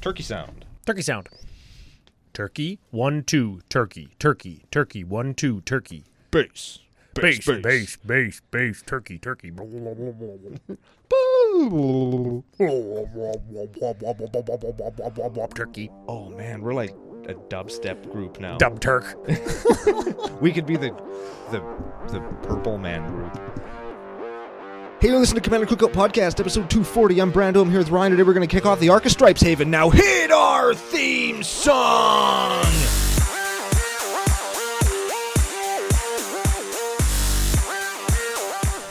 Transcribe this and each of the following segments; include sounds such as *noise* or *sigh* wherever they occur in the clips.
Turkey sound. Turkey sound. Turkey, one, two, turkey, turkey, turkey, one, two, turkey. Bass. Bass, bass, bass, bass, turkey, turkey. turkey, Boo. Oh man, we're like a dubstep group now. dumb Turk. *laughs* We could be the the the purple man group. Hey, you listen to Commander Cookout Podcast, episode 240. I'm Brando. I'm here with Ryan. Today we're going to kick off the Arca Stripes Haven. Now hit our theme song!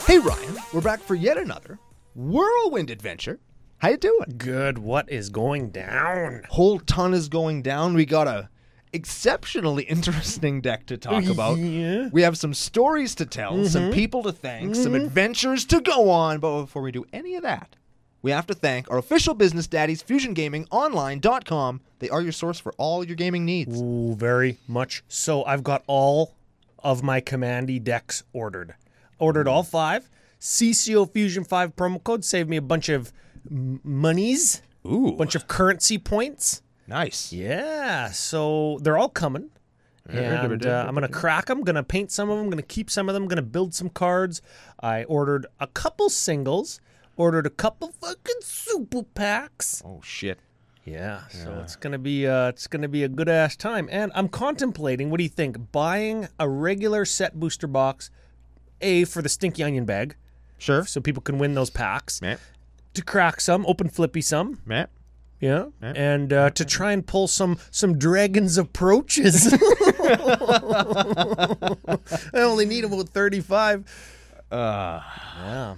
Hey Ryan, we're back for yet another whirlwind adventure. How you doing? Good. What is going down? Whole ton is going down. We got a exceptionally interesting deck to *laughs* talk about. Yeah. We have some stories to tell, some people to thank, some adventures to go on. But before we do any of that, we have to thank our official business daddies, FusionGamingOnline.com. They are your source for all your gaming needs. Ooh, very much so. I've got all of my Commandy decks ordered. Ordered all five. CCO Fusion 5 promo code saved me a bunch of m- monies, Ooh, bunch of currency points. nice. Yeah, so they're all coming. And uh, I'm going to crack them, going to paint some of them, going to keep some of them, going to build some cards. I ordered a couple singles, ordered a couple fucking super packs. Oh shit. Yeah, so it's going to be uh, it's going to be a good ass time. And I'm contemplating, what do you think, buying a regular set booster box A for the stinky onion bag Sure. so people can win those packs. Matt. To crack some, open flippy some. Matt. Yeah, and uh, to try and pull some some dragons approaches. *laughs* I only need about thirty five. Uh, yeah,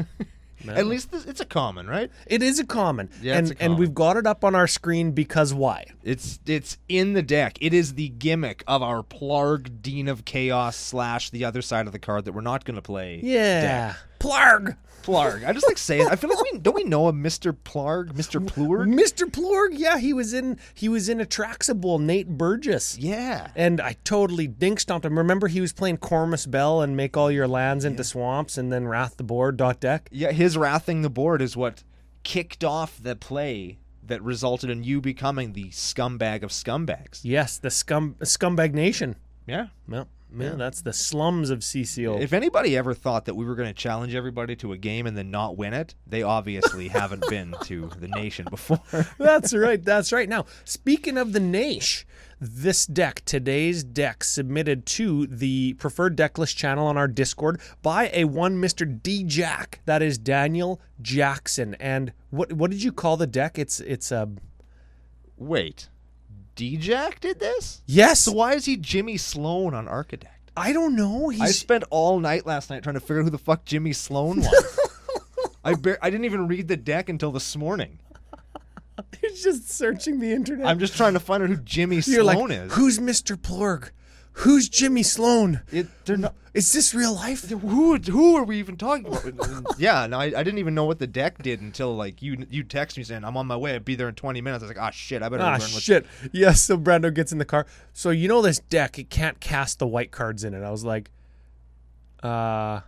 At least this, it's a common, right? it is a common. Yeah, and it's a and common. we've got it up on our screen because why? It's it's in the deck. It is the gimmick of our Plarg Dean of Chaos slash the other side of the card that we're not going to play. Yeah, Plarg, Plarg. I just like saying. I feel like we don't we know a Mister Plarg, Mister Plurg. Mister Plorg. Yeah, he was in he was in Atraxable. Nate Burgess. Yeah. And I totally dink stomped him. Remember, he was playing Cormus Bell and make all your lands into swamps, and then Wrath the Board dot deck. Yeah. His wrathing the board is what kicked off the play that resulted in you becoming the scumbag of scumbags. Yes, the scum scumbag nation. Yeah. Well, man, that's the slums of CCO. If anybody ever thought that we were going to challenge everybody to a game and then not win it, they *laughs* obviously haven't been to the nation before. that's right. That's right. Now, speaking of the niche, this deck, today's deck, submitted to the preferred decklist channel on our Discord by a one Mr. D Jack. That is Daniel Jackson. And what what did you call the deck? It's it's um, a Wait, D-Jack did this? yes. So why is he Jimmy Sloan on Architect? I don't know. He's I spent all night last night trying to figure out who the fuck Jimmy Sloan was. *laughs* I bar- I didn't even read the deck until this morning. he's just searching the internet. I'm just trying to find out who *laughs* Jimmy You're Sloan like, is. who's Mr. Plorg? Who's Jimmy Sloan? It- they're not- Is this real life? who who are we even talking *laughs* about? yeah, no, I, I didn't even know what the deck did until like you you text me saying I'm on my way, I'll be there in 20 minutes. I was like, ah shit, I better Ah, learn what shit. Yeah, so Brando gets in the car. So you know this deck, it can't cast the white cards in it. I was like, uh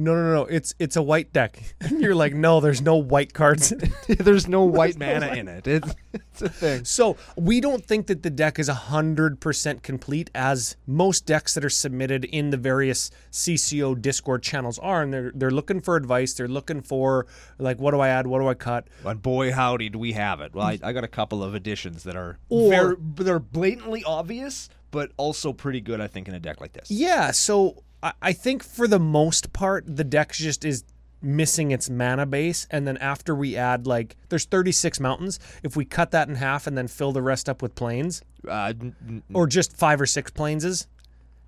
no, no, no. It's it's a white deck. *laughs* And you're like, no, there's no white cards in *laughs* it. There's no white mana in it. It's, it's a *laughs* thing. So we don't think that the deck is 100% complete as most decks that are submitted in the various CCO Discord channels are. And they're, they're looking for advice. They're looking for, like, what do I add? What do I cut? And boy, howdy, do we have it. Well, I, I got a couple of additions that are Or- ver- they're blatantly obvious, but also pretty good, I think, in a deck like this. Yeah, so I, I think for the most part, the deck just is missing its mana base. And then after we add, like, there's 36 mountains. If we cut that in half and then fill the rest up with planes, Uh, n- n- or just five or six planeses,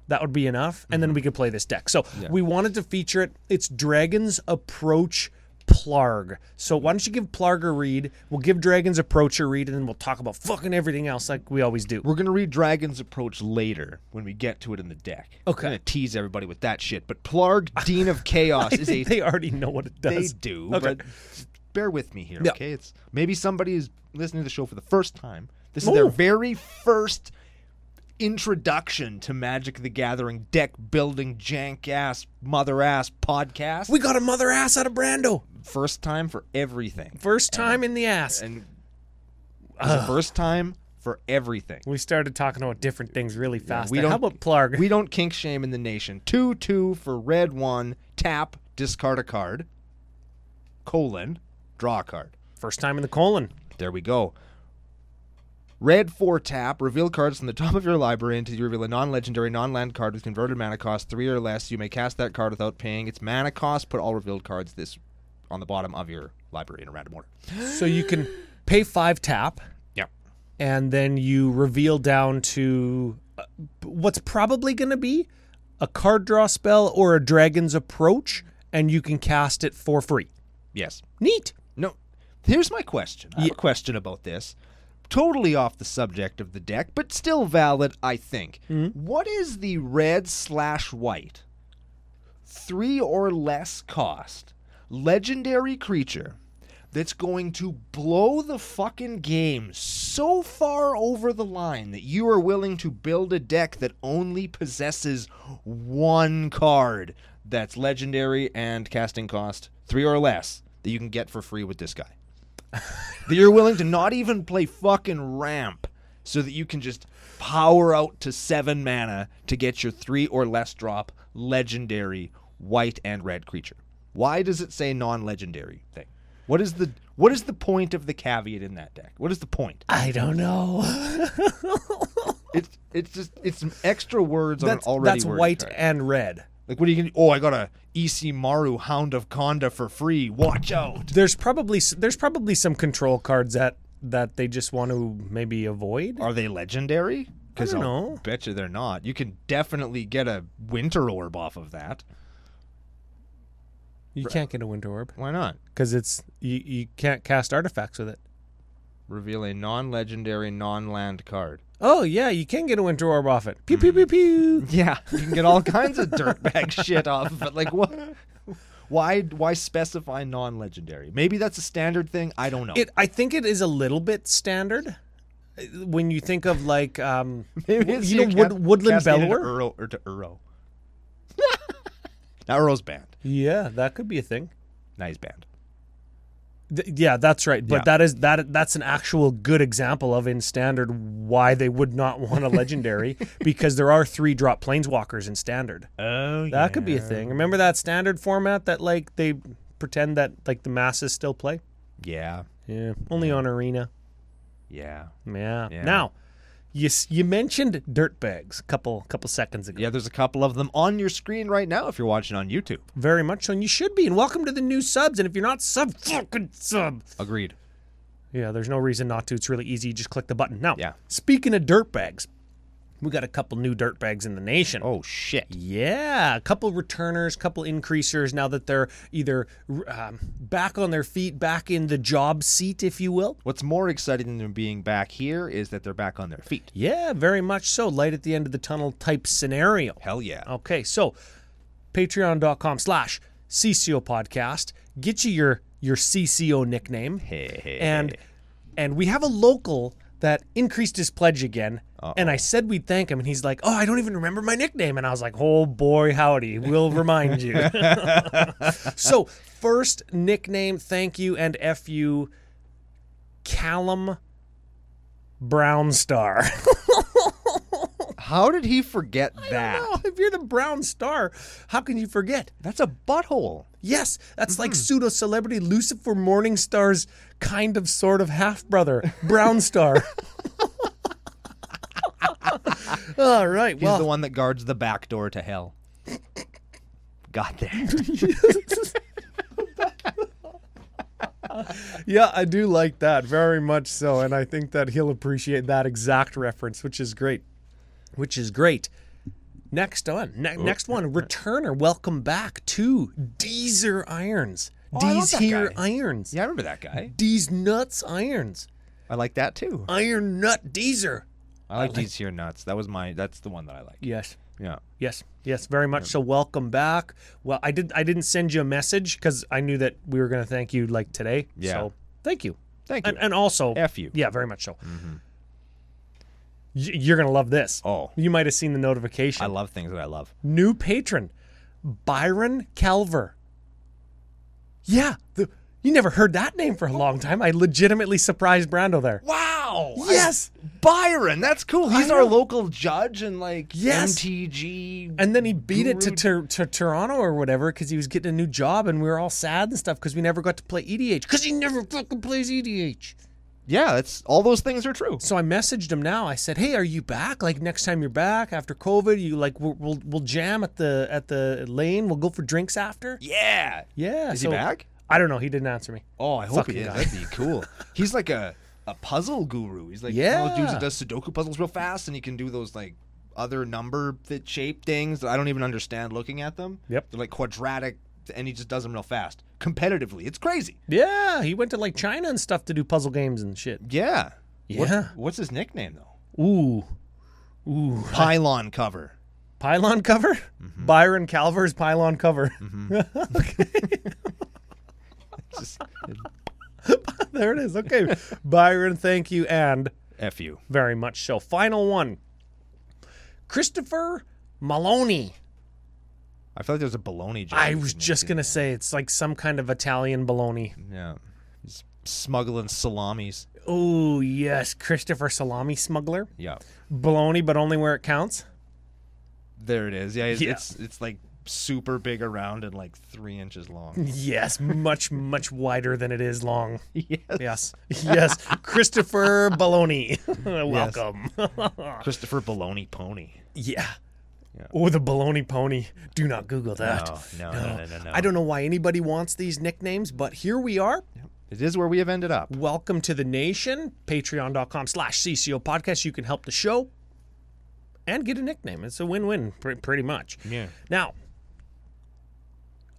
that would be enough. And Mm-hmm. then we could play this deck. So we wanted to feature it. It's Dragon's Approach Plarg. So why don't you give Plarg a read? We'll give Dragon's Approach a read, and then we'll talk about fucking everything else like we always do. we're gonna read Dragon's Approach later when we get to it in the deck. Okay. I'm gonna tease everybody with that shit. But *laughs* Plarg, Dean of Chaos, is a *laughs* They already know what it they does. do. Okay. But bear with me here, Yeah. okay? It's maybe somebody is listening to the show for the first time. This is their Ooh. very first introduction to Magic the Gathering deck building jank ass mother ass podcast. We got a mother ass out of Brando. first time for everything. First time in the ass. And was the first time for everything. We started talking about different things really fast. we there. How don't- about Plarg? We don't kink shame in the nation. Two two for red one. Tap, discard a card. Colon, draw a card. First time in the colon. There we go. Red four tap, reveal cards from the top of your library until you reveal a non-legendary non-land card with converted mana cost three or less. You may cast that card without paying its mana cost. Put all revealed cards this on the bottom of your library in a random order. So *gasps* you can pay five tap, Yep. and then you reveal down to uh, what's probably going to be a card draw spell or a dragon's approach, and you can cast it for free. Yes. Neat. No. Here's my question. I have a question about this. Totally off the subject of the deck, but still valid, I think. What is the red slash white, three or less cost, legendary creature that's going to blow the fucking game so far over the line that you are willing to build a deck that only possesses one card that's legendary and casting cost three or less that you can get for free with this guy. that you're willing to not even play fucking ramp so that you can just power out to seven mana to get your three or less drop legendary white and red creature. Why does it say non-legendary thing? What is the what is the point of the caveat in that deck? What is the point? I don't know. *laughs* It's it's just it's some extra words that's on an already that's worded white card. and red. Like what are you gonna? Oh, I got a EC Maru Hound of Conda for free. Watch out! There's probably s- there's probably some control cards that that they just want to maybe avoid. Are they legendary? Because I I'll don't know. bet you they're not. You can definitely get a Winter Orb off of that. You can't get a wind orb Why not? because it's you, you can't cast artifacts with it. Reveal a non-legendary non-land card. Oh yeah, you can get a winter orb off it. Pew pew pew pew. Yeah, *laughs* you can get all kinds of dirtbag *laughs* shit off of it. Like what? Why? Why specify non-legendary? Maybe that's a standard thing. I don't know. It I think it is a little bit standard uh, when you think of like *laughs* um Maybe it's the you know wood, cast- woodland cascaded to bellower. Uro- or to Uro. *laughs* now Uro's banned. Yeah, that could be a thing. Now he's banned. Th- yeah, that's right. But Yeah. that is that that's an actual good example of in standard why they would not want a *laughs* legendary because there are three drop planeswalkers in standard. Oh, That could be a thing. Remember that standard format that like they pretend that like the masses still play? Yeah, Yeah, only on arena. yeah, Yeah. Yeah. Now, you s- you mentioned dirt bags a couple couple seconds ago. yeah. There's a couple of them on your screen right now if you're watching on YouTube. Very much so, and you should be. And welcome to the new subs. And if you're not sub, fucking sub. Agreed. Yeah, there's no reason not to. It's really easy. You just click the button. Now, Yeah. speaking of dirt bags, we got a couple new dirt bags in the nation. Oh shit. Yeah, a couple returners, couple increasers now that they're either um, back on their feet, back in the job seat, if you will. What's more exciting than being back here is that they're back on their feet. Yeah, very much so. Light at the end of the tunnel type scenario. Hell yeah. Okay, so patreon.com slash CCO podcast. Get you your your CCO nickname. And and we have a local that increased his pledge again. And I said we'd thank him, and he's like, Oh, I don't even remember my nickname. And I was like, Oh boy, howdy, we'll remind you. *laughs* so first nickname, thank you and F you, Callum Brown *laughs* Star. How did he forget that? Oh, if you're the brown star, how can you forget? That's a butthole. Yes, that's like Mm-hmm. pseudo celebrity Lucifer Morningstar's kind of sort of half brother, *laughs* Brown Star. All right, He's the well, one that guards the back door to hell. Got there. *laughs* yeah, I do like that very much so, and I think that he'll appreciate that exact reference, which is great. Which is great. Next on, ne- next one, returner, welcome back to Deezer Irons. Oh, I love Deez that here guy. irons. yeah, I remember that guy. Deez nuts irons. I like that too. Iron Nut Deezer. I like these here nuts. That was my. That's the one that I like. Yes. Yeah. Yes. Yes, very much so. Welcome back. Well, I did I didn't send you a message cuz I knew that we were going to thank you like today. Yeah. So, thank you. Thank you. And, and also F you. Mm-hmm. Yeah, very much so. Y- you're going to love this. Oh. You might have seen the notification. I love things that I love. New patron, Byron Calver. Yeah, the, you never heard that name for a long time. I legitimately surprised Brando there. Wow. Wow. I- Yes. Byron, that's cool. He's I our know. local judge and like Yes. MTG. And then he beat it to, Guru- to, to Toronto or whatever because he was getting a new job and we were all sad and stuff because we never got to play E EDH because he never fucking plays EDH. yeah, that's all those things are true. So I messaged him now. I said, "Hey, are you back? Like next time you're back after COVID, you like we'll we'll, we'll jam at the at the lane. We'll go for drinks after." Yeah. Yeah. Is he so- back? I don't know. He didn't answer me. Oh, I hope Fucking he is. guy. That'd be cool. He's like a, a puzzle guru. He's like one of those dudes that Yeah. does Sudoku puzzles real fast, and he can do those like other number fit shape things that I don't even understand looking at them. Yep. They're like quadratic, and he just does them real fast, competitively. It's crazy. Yeah, he went to like China and stuff to do puzzle games and shit. Yeah. What- Yeah. what's his nickname though? Ooh, ooh, Pylon cover. pylon cover. Mm-hmm. Byron Calver's pylon cover. *laughs* Just, Mm-hmm. *laughs* there it is. Okay, Byron, thank you and F you. very much so. Final one, Christopher Maloney. I feel like there's a baloney. joke I you was can just make. gonna say it's like some kind of Italian bologna. Yeah. He's smuggling salamis. Oh yes, Christopher Salami Smuggler Yeah. bologna, but only where it counts. There it is. Yeah. It's Yeah. It's, it's like super big around and like three inches long. Yes, much much wider than it is long. *laughs* yes. Yes, yes, Christopher Bologna. *laughs* Welcome. Ah. Christopher Baloney Pony. *laughs* yeah. Or the baloney pony. Do not Google that. Oh, *laughs* No, no, no, no, no. I don't know why anybody wants these nicknames, but here we are. It is where we have ended up. Welcome to the nation. Patreon.com slash CCO podcast. You can help the show and get a nickname. It's a win win, pr- pretty much. Yeah. Now,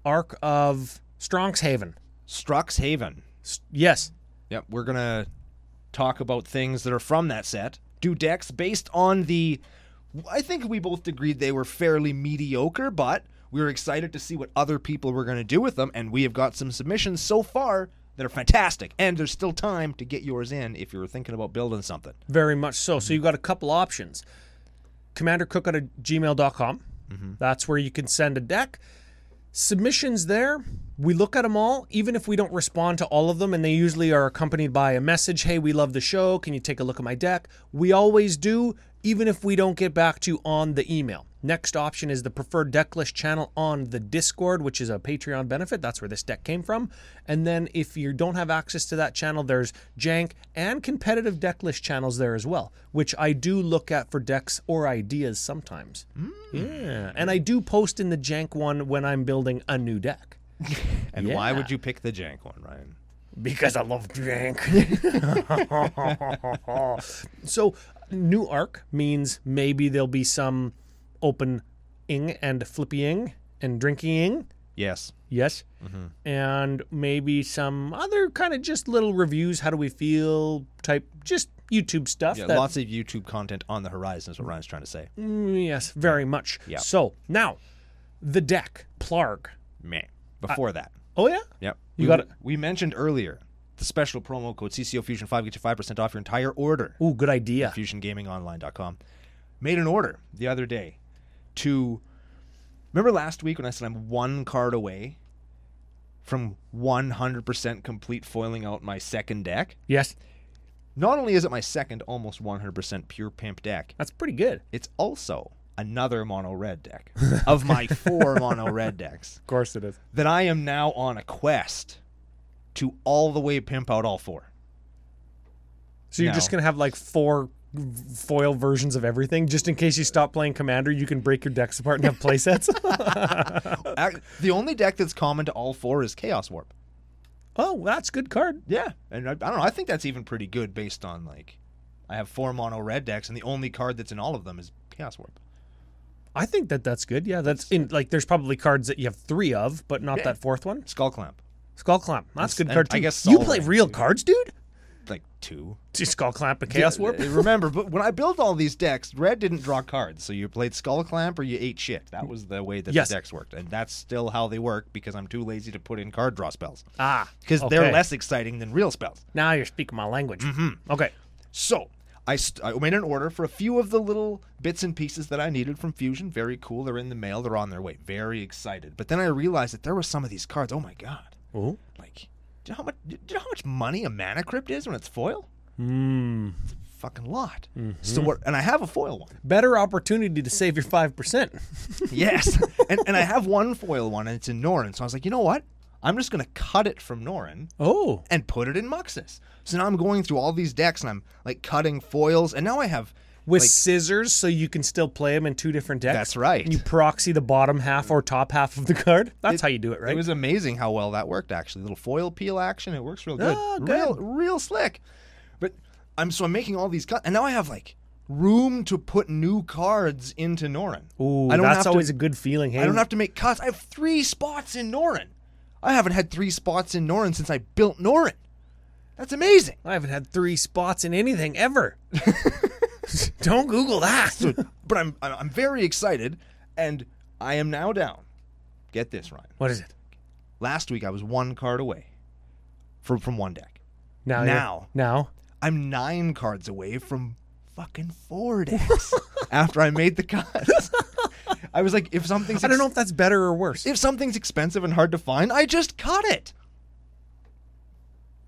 Arc of Strongshaven. Strux Haven. S- Yes. Yep, we're gonna talk about things that are from that set. Do decks based on the. I think we both agreed they were fairly mediocre, but we were excited to see what other people were gonna do with them, and we have got some submissions so far that are fantastic. And there's still time to get yours in if you were thinking about building something. Very much so. So you've got a couple options. Commander Cook at gmail.com. That's where you can send a deck. Submissions there. We look at them all, even if we don't respond to all of them, and they usually are accompanied by a message Hey, we love the show. Can you take a look at my deck? We always do, even if we don't get back to you on the email. Next option is the preferred deck list channel on the Discord, which is a Patreon benefit. That's where this deck came from. And then if you don't have access to that channel, there's jank and competitive deck list channels there as well, which I do look at for decks or ideas sometimes. Yeah. And I do post in the jank one when I'm building a new deck. And why Yeah. would you pick the jank one, Ryan? Because I love jank. *laughs* so, new arc means maybe there'll be some open ing and flippying and drinking. Yes. Yes. And maybe some other kind of just little reviews. How do we feel? Type just YouTube stuff. Yeah, that- lots of YouTube content on the horizon is what Ryan's trying to say. Mm, yes, very much. Yeah. So now, the deck plarg. Meh. Before that. Oh yeah. Yep. You we, got it. We mentioned earlier the special promo code CCO Fusion 5 get you 5% off your entire order. Ooh, good idea. FusionGamingOnline.com. Made an order the other day to. Remember last week when I said I'm one card away from 100% complete foiling out my second deck? Yes, Not only is it my second almost 100% pure pimp deck, that's pretty good. it's also another mono red *laughs* deck of my four mono red decks Of course it is. that I am now on a quest to all the way pimp out all four. So you're just No. gonna have like four v- foil versions of everything, just in case you stop playing Commander, you can break your decks apart and have playsets. *laughs* Ac- the only deck that's common to all four is Chaos Warp. *laughs* oh, that's good card. Yeah, and I, I don't know. I think that's even pretty good based on like I have four mono red decks, and the only card that's in all of them is Chaos Warp. I think that that's good. Yeah, that's in like there's probably cards that you have three of, but not that fourth one. Skull Clamp, Skull Clamp. That's good And card I too. guess you Sol play Ring, real cards, dude. like two. Do Skull Clamp and Chaos *laughs* Warp. Uh, Remember, but when I built all these decks, red didn't draw cards, so you played Skull Clamp or you ate shit. That was the way that Yes. the decks worked, and that's still how they work because I'm too lazy to put in card draw spells Ah, because they're okay. less exciting than real spells. Now you're speaking my language. Okay. So I, st- I made an order for a few of the little bits and pieces that I needed from Fusion. Very cool. They're in the mail. They're on their way. Very excited. But then I realized that there were some of these cards. Oh my god! Ooh. Like, do you know how much? Do you know how much money a mana crypt is when it's foil? Fucking lot. So what? And I have a foil one. *laughs* Better opportunity to save your 5%. Yes. and, and I have one foil one, and it's in Norin. So I was like, you know what? I'm just going to cut it from Norin oh. and put it in Muxus. So now I'm going through all these decks and I'm like cutting foils, and now I have. With like, scissors so you can still play them in two different decks. That's right. And you proxy the bottom half or top half of the card. That's how you do it, right? It was amazing how well that worked. Actually, little foil peel action. It works real good. Oh, good. Real, real slick. But I'm so I'm making all these cuts, and now I have like room to put new cards into Norin. Ooh, I don't that's have to- always a good feeling. Hey, I don't have to make cuts. I have three spots in Norin. I haven't had three spots in Norin since I built Norin. That's *laughs* amazing. I haven't had three spots in *laughs* anything ever. *laughs* don't Google that. But I'm I'm I'm very excited, and I am now down. Get this, Ryan. What is it? Last week I was one card away from from one deck. Now. you're- Now. Now. I'm nine cards away from fucking four decks *laughs* after I made the cuts. *laughs* I was like, if something's I don't know if that's better or worse. if something's expensive and hard to find, I just cut it.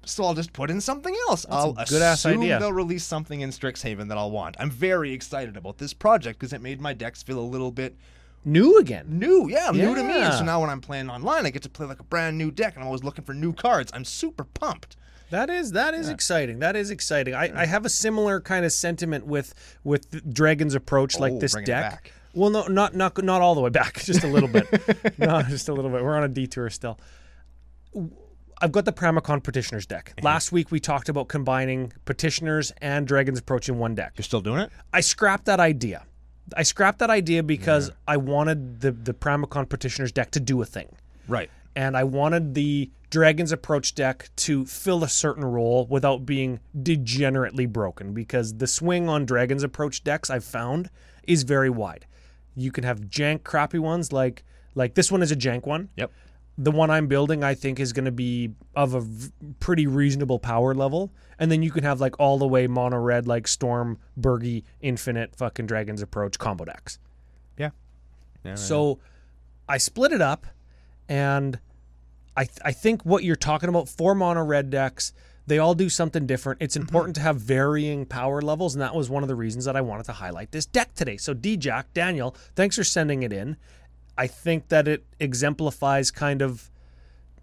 So I'll just put in something else. I'll a good-ass assume idea. they'll release something in Strixhaven that I'll want. I'm very excited about this project because it made my decks feel a little bit New again. new. Yeah, new to me. Yeah. So now when I'm playing online, I get to play like a brand new deck, and I'm always looking for new cards. I'm super pumped. That is that is exciting. That is exciting. I, I have a similar kind of sentiment with with the Dragon's approach, like Oh, this bring it deck. back. Well, no, not not not all the way back. *laughs* Just a little bit. *laughs* no, just a little bit. We're on a detour still. I've got the Pramicon Petitioners deck. Last week we talked about combining Petitioners and Dragon's Approach in one deck. You're still doing it? I scrapped that idea. I scrapped that idea because I wanted the the Pramicon Petitioners deck to do a thing Right. and I wanted the Dragon's Approach deck to fill a certain role without being degenerately broken because the swing on Dragon's Approach decks I've found is very wide. You can have jank crappy ones like like this one is a jank one. Yep. The one I'm building I think is going to be of a v- pretty reasonable power level and then you can have like all the way mono red like Storm, Burgy, Infinite fucking Dragon's Approach combo decks. Yeah. Yeah, So I split it up, and I th- I think what you're talking about four mono red decks. They all do something different. It's important to have varying power levels, and that was one of the reasons that I wanted to highlight this deck today. So, D Jack, Daniel, thanks for sending it in. I think that it exemplifies kind of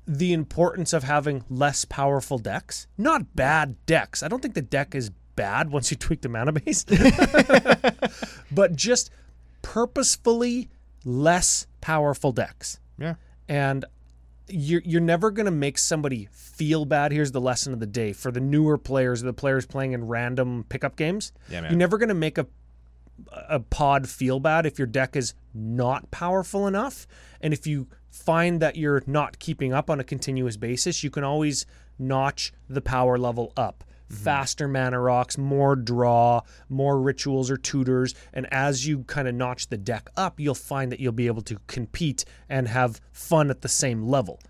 the importance of having less powerful decks. Not bad decks. I don't think the deck is bad once you *laughs* tweak the mana base but just purposefully less powerful decks. Yeah. And you're, you're never going to make somebody feel bad. Here's the lesson of the day for the newer players, the players playing in random pickup games. Yeah, man. You're never going to make a a pod feel bad if your deck is not powerful enough. And if you find that you're not keeping up on a continuous basis, you can always notch the power level up. Faster mana rocks, more draw, more rituals or tutors. And as you kind of notch the deck up, you'll find that you'll be able to compete and have fun at the same level.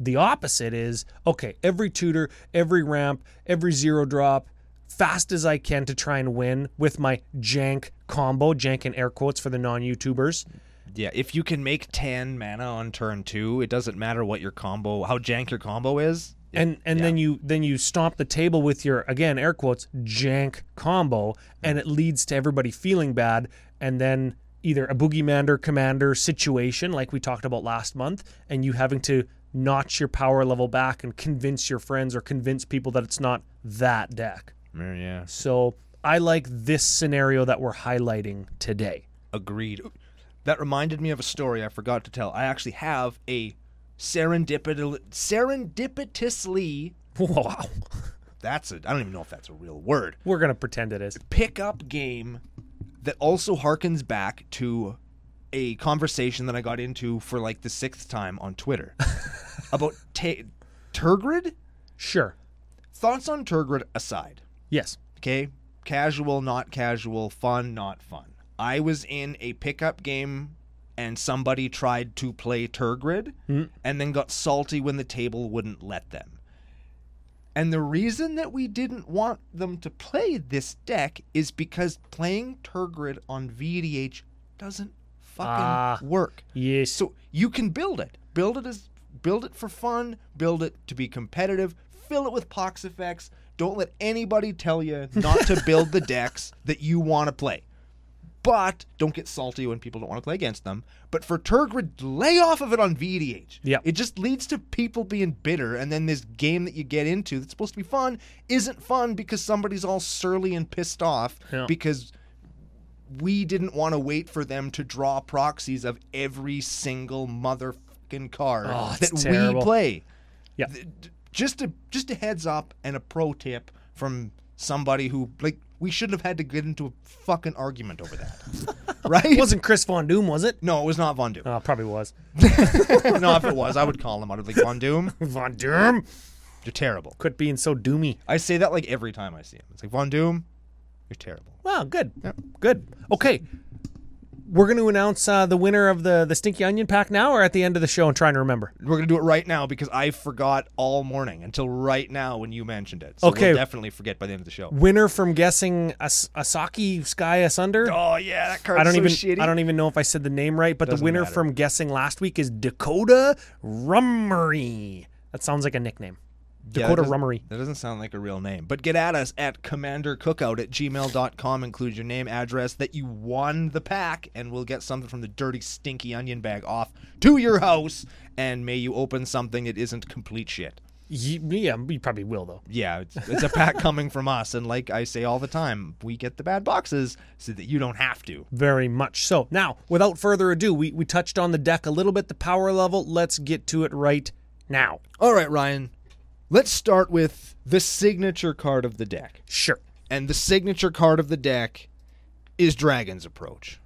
The opposite is okay, every tutor, every ramp, every zero drop, fast as I can to try and win with my jank combo, jank in air quotes for the non YouTubers. Yeah, if you can make 10 mana on turn 2, it doesn't matter what your combo, how jank your combo is. And and then you then you stomp the table with your again air quotes jank combo and it leads to everybody feeling bad and then either a boogeymander commander situation like we talked about last month and you having to notch your power level back and convince your friends or convince people that it's not that deck. Yeah. So I like this scenario that we're highlighting today. *laughs* Agreed. That reminded me of a story I forgot to tell. I actually have a serendipit- serendipitously, Wow. that's a, I don't even know if that's a real word, We're going to pretend it is. pickup game that also harkens back to a conversation that I got into for like the sixth time on *laughs* Twitter about ta Turgrid? Sure. Thoughts on Turgrid aside. Yes. Okay? Casual, not casual, fun, not fun. I was in a pickup game and somebody tried to play Turgrid and then got salty when the table wouldn't let them. And the reason that we didn't want them to play this deck is because playing Turgrid on VDH doesn't fucking Ah. work. Yes. So you can build it. Build it as build it for fun, build it to be competitive, fill it with pox effects. Don't let anybody tell you not to build the decks that you want to play. But don't get salty when people don't want to play against them. But for Turgrid, lay off of it on VDH. Yep. It just leads to people being bitter, and then this game that you get into that's supposed to be fun isn't fun because somebody's all surly and pissed off Yeah. because we didn't want to wait for them to draw proxies of every single motherfucking card Oh, it's that terrible. we play. Yeah. Th- d- Just a just a heads up and a pro tip from somebody who like we shouldn't have had to get into a fucking argument over *laughs* that. right? It wasn't Chris Von Doom, was it? no, it was not Von Doom. Uh, probably was. no, if it was, I would call him out. I'd be like Von Doom, Von Doom! you're terrible. Quit being so doomy. I say that like every time I see him. It's like Von Doom, you're terrible. Wow, good. Good. Okay. We're going to announce uh, the winner of the, the Stinky Onion Pack now or at the end of the show and trying to remember? We're gonna do it right now because I forgot all morning until right now when you mentioned it. So Okay. we'll definitely forget by the end of the show. Winner from guessing As- Asaki Sky Asunder? Oh yeah, that card's I don't so even shitty. I don't even know if I said the name right, but the Doesn't winner matter. from guessing last week is Dakota Rummery. That sounds like a nickname. Yeah, Dakota that doesn't- Rummery. That doesn't sound like a real name. But get at us at commandercookout at gmail.com. Include your name, address that you won the pack, and we'll get something from the dirty, stinky onion bag off to your house. And may you open something that isn't complete shit. Ye- Yeah, you probably will though. Yeah, it's, it's a pack *laughs* coming from us. And like I say all the time, we get the bad boxes so that you don't have to. Very much so. Now, without further ado, we, we touched on the deck a little bit, the power level. Let's get to it right now. All right, Ryan, let's start with the signature card of the deck. Sure. And the signature card of the deck is Dragon's Approach.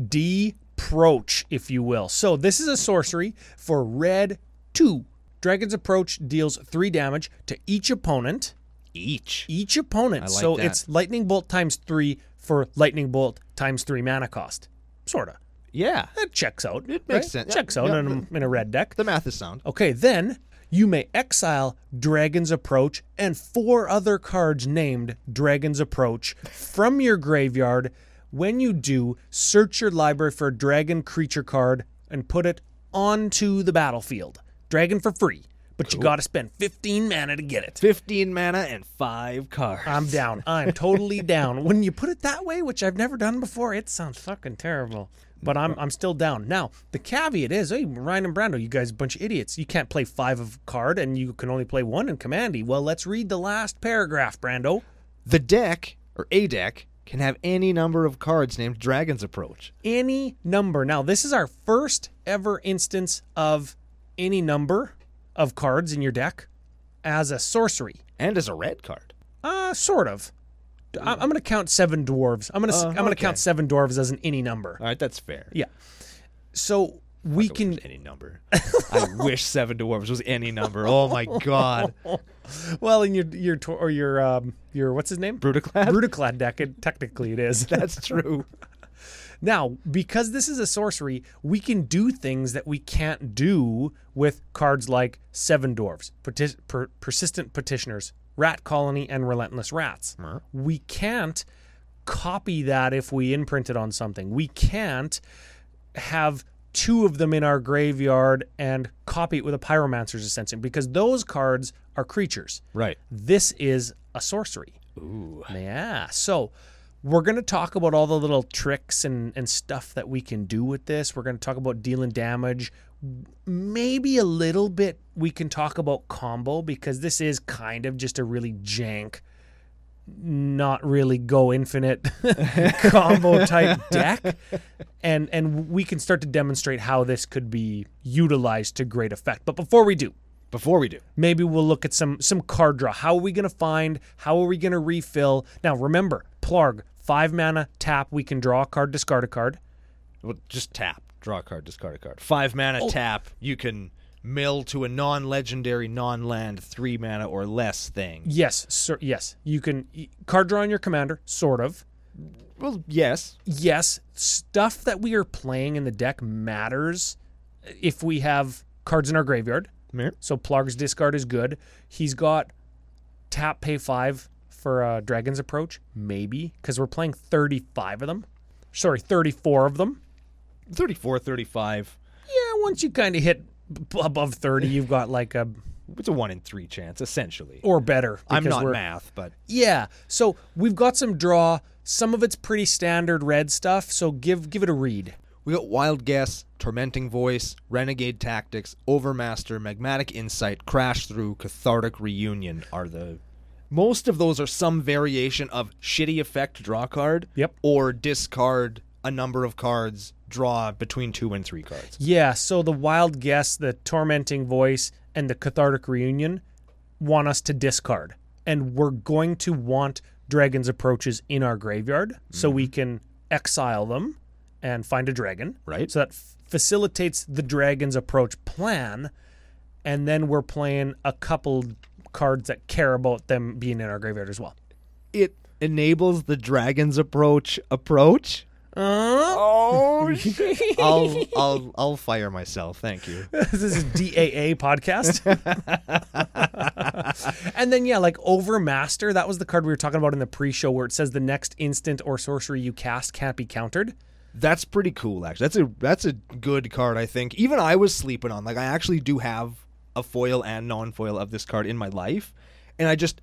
Deproach, if you will. So this is a sorcery for red two. Dragon's Approach deals three damage to each opponent. Each. Each opponent. like so that. it's lightning bolt times three for lightning bolt times three mana cost. Sorta. Yeah. That checks out. It makes sense. Checks Yeah, out yeah, in, a, in a red deck. The math is sound. Okay, then you may exile Dragon's Approach and four other cards named Dragon's Approach from your graveyard. When you do, search your library for a dragon creature card and put it onto the battlefield. Dragon for free, but you got to spend 15 mana to get it. 15 mana and 5 cards. I'm down. I'm totally down. When you put it that way, which I've never done before, it sounds fucking terrible. But I'm I'm still down. Now, the caveat is, hey, Ryan and Brando, you guys a bunch of idiots. You can't play five of card and you can only play one in Commandy. Well, let's read the last paragraph, Brando. The deck, or a deck, can have any number of cards named Dragon's Approach. Any number. Now, this is our first ever instance of any number of cards in your deck as a sorcery. And as a red card. Uh, sort of. I- I'm gonna count seven dwarves. I'm gonna s am gonna count seven dwarves as an any number. All right, that's fair. Yeah. So we can. Any number. *laughs* I wish Seven Dwarves was any number. Oh *laughs* my god. Well, in your your tor- or your um your what's his name? Brutaclad? Brutaclad deck. It, technically, it *laughs* is. That's true. now, because this is a sorcery, we can do things that we can't do with cards like Seven Dwarves, Perti- per- Persistent Petitioners, Rat Colony, and Relentless Rats. We can't copy that if we imprint it on something. We can't have two of them in our graveyard and copy it with a pyromancer's ascension because those cards are creatures. Right. This is a sorcery. Ooh. Yeah. So we're going to talk about all the little tricks and, and stuff that we can do with this. We're going to talk about dealing damage. Maybe a little bit we can talk about combo because this is kind of just a really jank, not really go infinite *laughs* combo type deck. And and we can start to demonstrate how this could be utilized to great effect. But before we do, Before we do, maybe we'll look at some some card draw. How are we going to find? How are we going to refill? Now remember, Plarg, five mana, tap. We can draw a card, discard a card. well, just tap, draw a card, discard a card. 5 mana tap, you can mill to a non-legendary non-land 3 mana or less thing. Yes, sir, yes. You can y- card draw on your commander, sort of. Well, yes. Yes, stuff that we are playing in the deck matters if we have cards in our graveyard. So Plarg's discard is good. He's got tap pay five for uh, Dragon's Approach, maybe, because we're playing 35 of them. Sorry, 34 of them. 34, 35. Yeah, once you kind of hit b- above 30, you've got like a it's a one in three chance essentially. or better. I'm Oh, because not we're- math, but Yeah. So we've got some draw. Some of it's pretty standard red stuff. So give give it a read. We got Wild Guess, Tormenting Voice, Renegade Tactics, Overmaster, Magmatic Insight, Crash Through, Cathartic Reunion are the. Most of those are some variation of shitty effect draw card. Yep. Or discard a number of cards, draw between two and three cards. Yeah. So the wild guess, the tormenting voice, and the cathartic reunion want us to discard, and we're going to want dragon's approaches in our graveyard so we Mm-hmm. can exile them and find a dragon. Right. So that f- facilitates the dragon's approach plan, and then we're playing a couple cards that care about them being in our graveyard as well. It enables the Dragon's Approach approach. Oh, I'll, I'll, I'll fire myself. Thank you. *laughs* this is DAA podcast. *laughs* and then yeah, like Overmaster, that was the card we were talking about in the pre-show where it says the next instant or sorcery you cast can't be countered. That's pretty cool, actually. That's a that's a good card, I think. Even I was sleeping on. Like I actually do have a foil and non-foil of this card in my life, and I just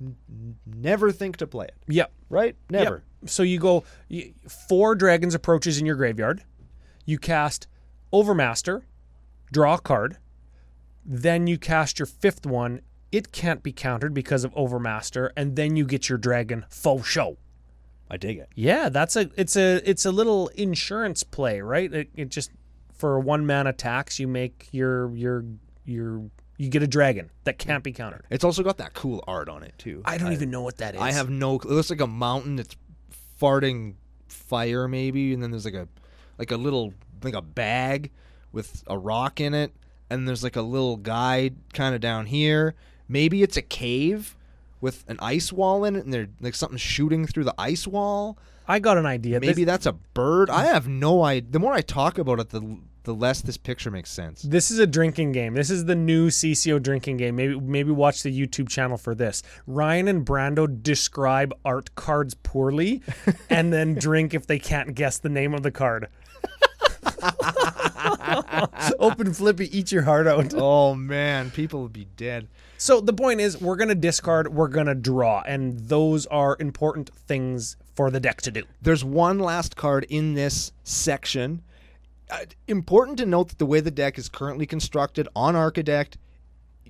n- n- never think to play it. Yep. Right? Never. Yep. So you go y- four dragons approaches in your graveyard. You cast Overmaster, draw a card. Then you cast your fifth one. It can't be countered because of Overmaster, and then you get your dragon faux show. I dig it. Yeah, that's a it's a it's a little insurance play, right? It, it just for one man attacks, you make your your your you get a dragon that can't be countered. It's also got that cool art on it too. I don't even know what that is. I have no. It looks like a mountain that's farting fire, maybe, and then there's like a like a little like a bag with a rock in it, and there's like a little guy kind of down here. Maybe it's a cave with an ice wall in it, and they're like something shooting through the ice wall. I got an idea. Maybe this, that's a bird. I have no idea. The more I talk about it, the the less this picture makes *laughs* sense. this is a drinking game. This is the new CCO drinking game. Maybe maybe watch the YouTube channel for this. Ryan and Brando describe art cards *laughs* poorly, and then drink if they can't guess the name of the card. *laughs* Open flippy, eat your heart *laughs* out. Oh man, people would be dead. So the point is, we're going to discard, we're going to draw, and those are important things for the deck to do. There's one last card in this section. Uh, important to note that the way the deck is currently constructed on Architect,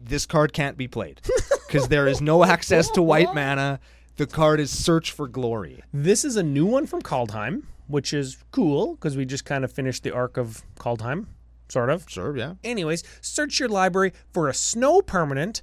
this card can't be played because there is no access to white mana. The card is Search for Glory. This is a new one from Kaldheim, which is cool because we just kind of finished the arc of Kaldheim, sort of. Sure, yeah. Anyways, search your library for a snow permanent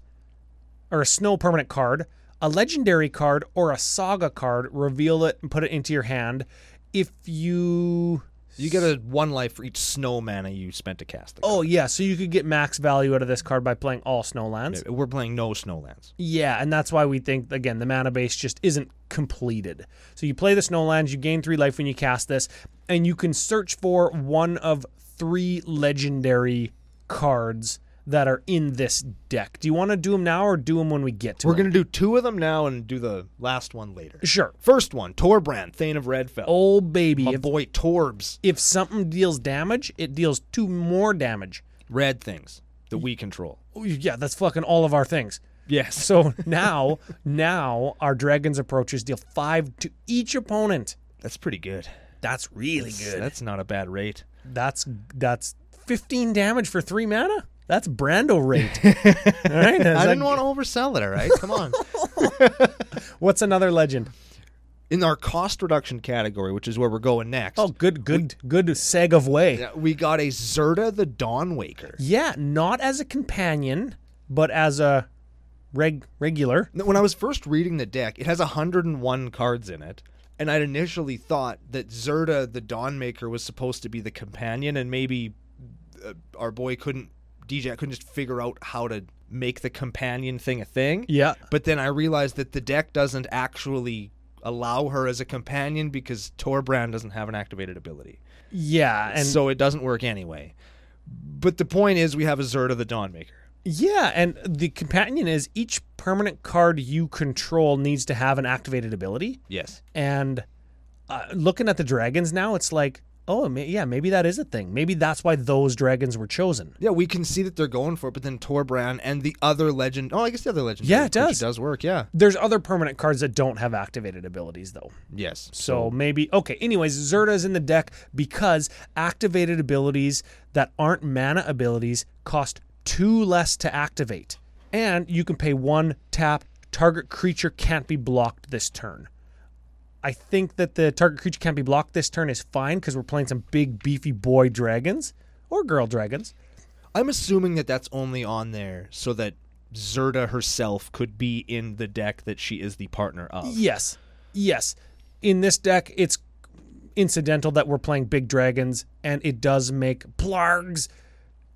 or a snow permanent card, a legendary card, or a saga card. Reveal it and put it into your hand. If you You get a one life for each snow mana you spent to cast. The Oh yeah, so you could get max value out of this card by playing all snowlands. card. We're playing no snowlands. Yeah, and that's why we think again the mana base just isn't completed. So you play the Snowlands, you gain three life when you cast this, and you can search for one of three legendary cards that are in this deck. Do you want to do them now or do them when we get to? We're 'em? going to do two of them now and do the last one later. sure. First one, Torbrand, Thane of Redfell. Oh baby, My if, boy Torbs. if something deals damage, it deals two more damage. Red things that we control. Oh, yeah, that's fucking all of our things. Yes. So *laughs* now, now our dragons approaches deal five to each opponent. That's pretty good. That's really That's- That's not a bad rate. That's that's 15 damage for three mana. That's Brando rate. all right. that's I like- didn't want to oversell it, all right? Come on. what's another legend? *laughs* In our cost reduction category, which is where we're going next, Oh, good, good, good seg of way. Yeah. uh, we got a Zerta the Dawnwaker. not as a companion, but as a reg regular. Now, When I was first reading the deck, it has 101 cards in it. And I'd initially thought that Zerta the Dawnmaker was supposed to be the companion, and maybe uh, our boy couldn't, DJ couldn't just figure out how to make the companion thing a thing. Yeah. But then I realized that the deck doesn't actually allow her as a companion because Torbrand doesn't have an activated ability. Yeah, and so it doesn't work anyway. But the point is, we have a Zerta the Dawnmaker. yeah, and the companion is each permanent card you control needs to have an activated ability. Yes. and uh, looking at the dragons now, it's like, oh, ma- yeah, maybe that is a thing. Maybe that's why those dragons were chosen. Yeah, we can see that they're going for it, but then Torbran and the other legend. Oh, I guess the other legend. Yeah, it creature does. does work. Yeah. There's other permanent cards that don't have activated abilities, though. Yes. So maybe okay. Anyways, Zerda's in the deck because activated abilities that aren't mana abilities cost two less to activate, and you can pay one tap. Target creature can't be blocked this turn. I think that the target creature can't be blocked this turn is fine because we're playing some big beefy boy dragons or girl dragons. I'm assuming that that's only on there so that Zerda herself could be in the deck that she is the partner of. Yes, yes. In this deck, it's incidental that we're playing big dragons, and it does make Plarg's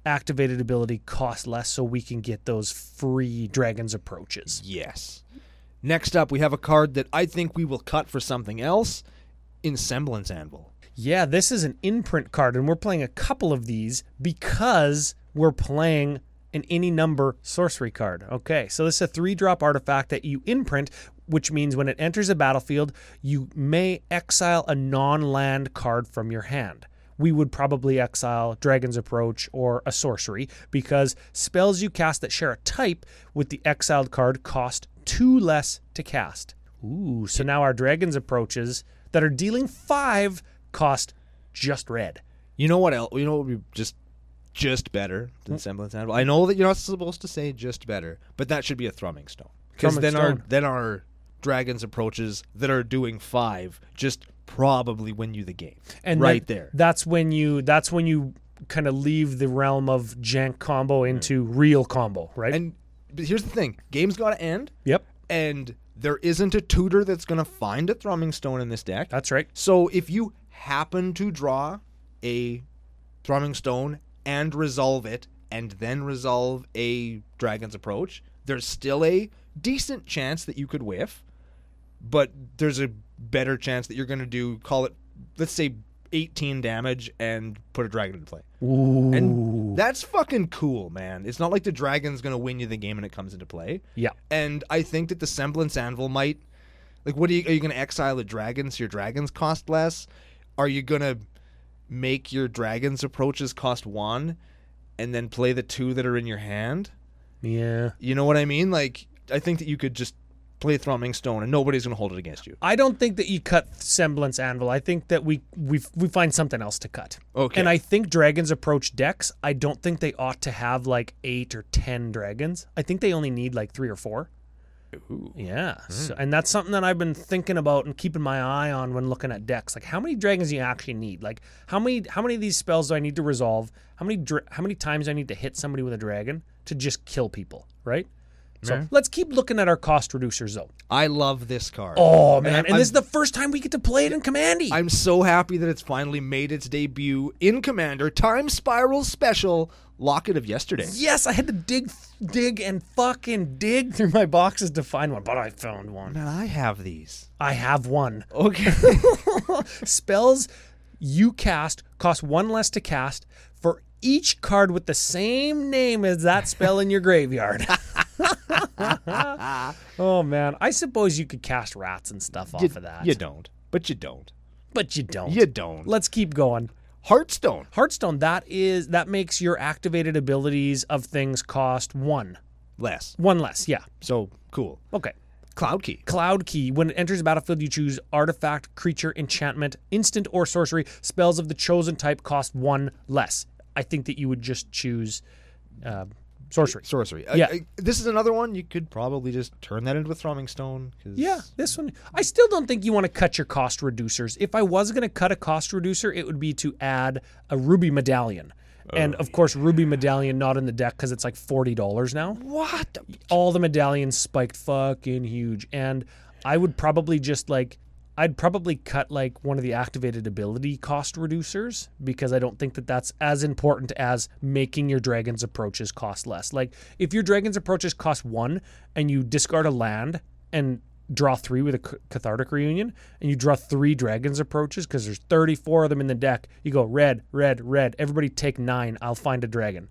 activated ability cost less, so we can get those free dragons approaches. Yes. Next up, we have a card that I think we will cut for something else in Semblance Anvil. Yeah, this is an imprint card, and we're playing a couple of these because we're playing an any number sorcery card. Okay, so this is a three drop artifact that you imprint, which means when it enters a battlefield, you may exile a non land card from your hand. We would probably exile Dragon's Approach or a sorcery because spells you cast that share a type with the exiled card cost two less to cast. Ooh, so now our Dragon's Approaches that are dealing five cost just red. You know what else? You know what would be just just better than Semblance Anvil. I know that you're not supposed to say just better, but that should be a thrumming stone. Because Thrumming then our Stone. then our dragons approaches that are doing five just probably win you the game. And right then there. That's when you that's when you kind of leave the realm of jank combo into real combo, right? And but here's the thing: game's got to end, yep. and there isn't a tutor that's going to find a thrumming stone in this deck. That's right. So if you happen to draw a thrumming stone and resolve it, and then resolve a dragon's approach, there's still a decent chance that you could whiff, but there's a better chance that you're going to do call it, let's say, 18 damage and put a dragon into play. Ooh. And that's fucking cool, man. It's not like the dragon's gonna win you the game when it comes into play. yeah. And I think that the semblance anvil might like what are you are you gonna exile a dragon so your dragons cost less? Are you gonna make your dragon's approaches cost one and then play the two that are in your hand? Yeah. You know what I mean? Like I think that you could just play Thrumming Stone and nobody's gonna hold it against you. I don't think that you cut semblance anvil. I think that we we we find something else to cut. Okay. And I think dragons approach decks. I don't think they ought to have like eight or ten dragons. I think they only need like three or four. Yeah. So, and that's something that I've been thinking about and keeping my eye on when looking at decks. Like how many dragons do you actually need? Like how many how many of these spells do I need to resolve? How many dra- how many times do I need to hit somebody with a dragon to just kill people, right? So let's keep looking at our cost reducers though. I love this card. Oh man, and I'm- this is the first time we get to play it in Commandy. I'm so happy that it's finally made its debut in Commander Time Spiral Special Locket of Yesterday. yes, I had to dig dig and fucking dig through my boxes to find one, but I found one. Man, I have these. I have one. Okay. *laughs* spells you cast cost one less to cast for each card with the same name as that spell in your graveyard. *laughs* oh man, I suppose you could cast rats and stuff off of that, You don't. But you don't. but you don't. You don't. Let's keep going. Hearthstone. Hearthstone. That is that makes your activated abilities of things cost one, Less. one less. Yeah. So cool. Okay. Cloud Key. Cloud Key. When it enters the battlefield, you choose artifact, creature, enchantment, instant, or sorcery. Spells of the chosen type cost one less. I think that you would just choose uh, sorcery. Sorcery. I- Yeah. I- this is another one. You could probably just turn that into a Thrumming Stone. 'cause- Yeah, this one. I still don't think you want to cut your cost reducers. If I was going to cut a cost reducer, it would be to add a ruby medallion. and of course, ruby medallion not in the deck because it's like forty dollars now. What? the- all the medallions spiked fucking huge and i would probably just like i'd probably cut like one of the activated ability cost reducers because i don't think that that's as important as making your dragon's approaches cost less like if your dragon's approaches cost one and you discard a land and draw three with a c- cathartic reunion and you draw three dragon's approaches because there's 34 of them in the deck you go red red red everybody take nine i'll find a dragon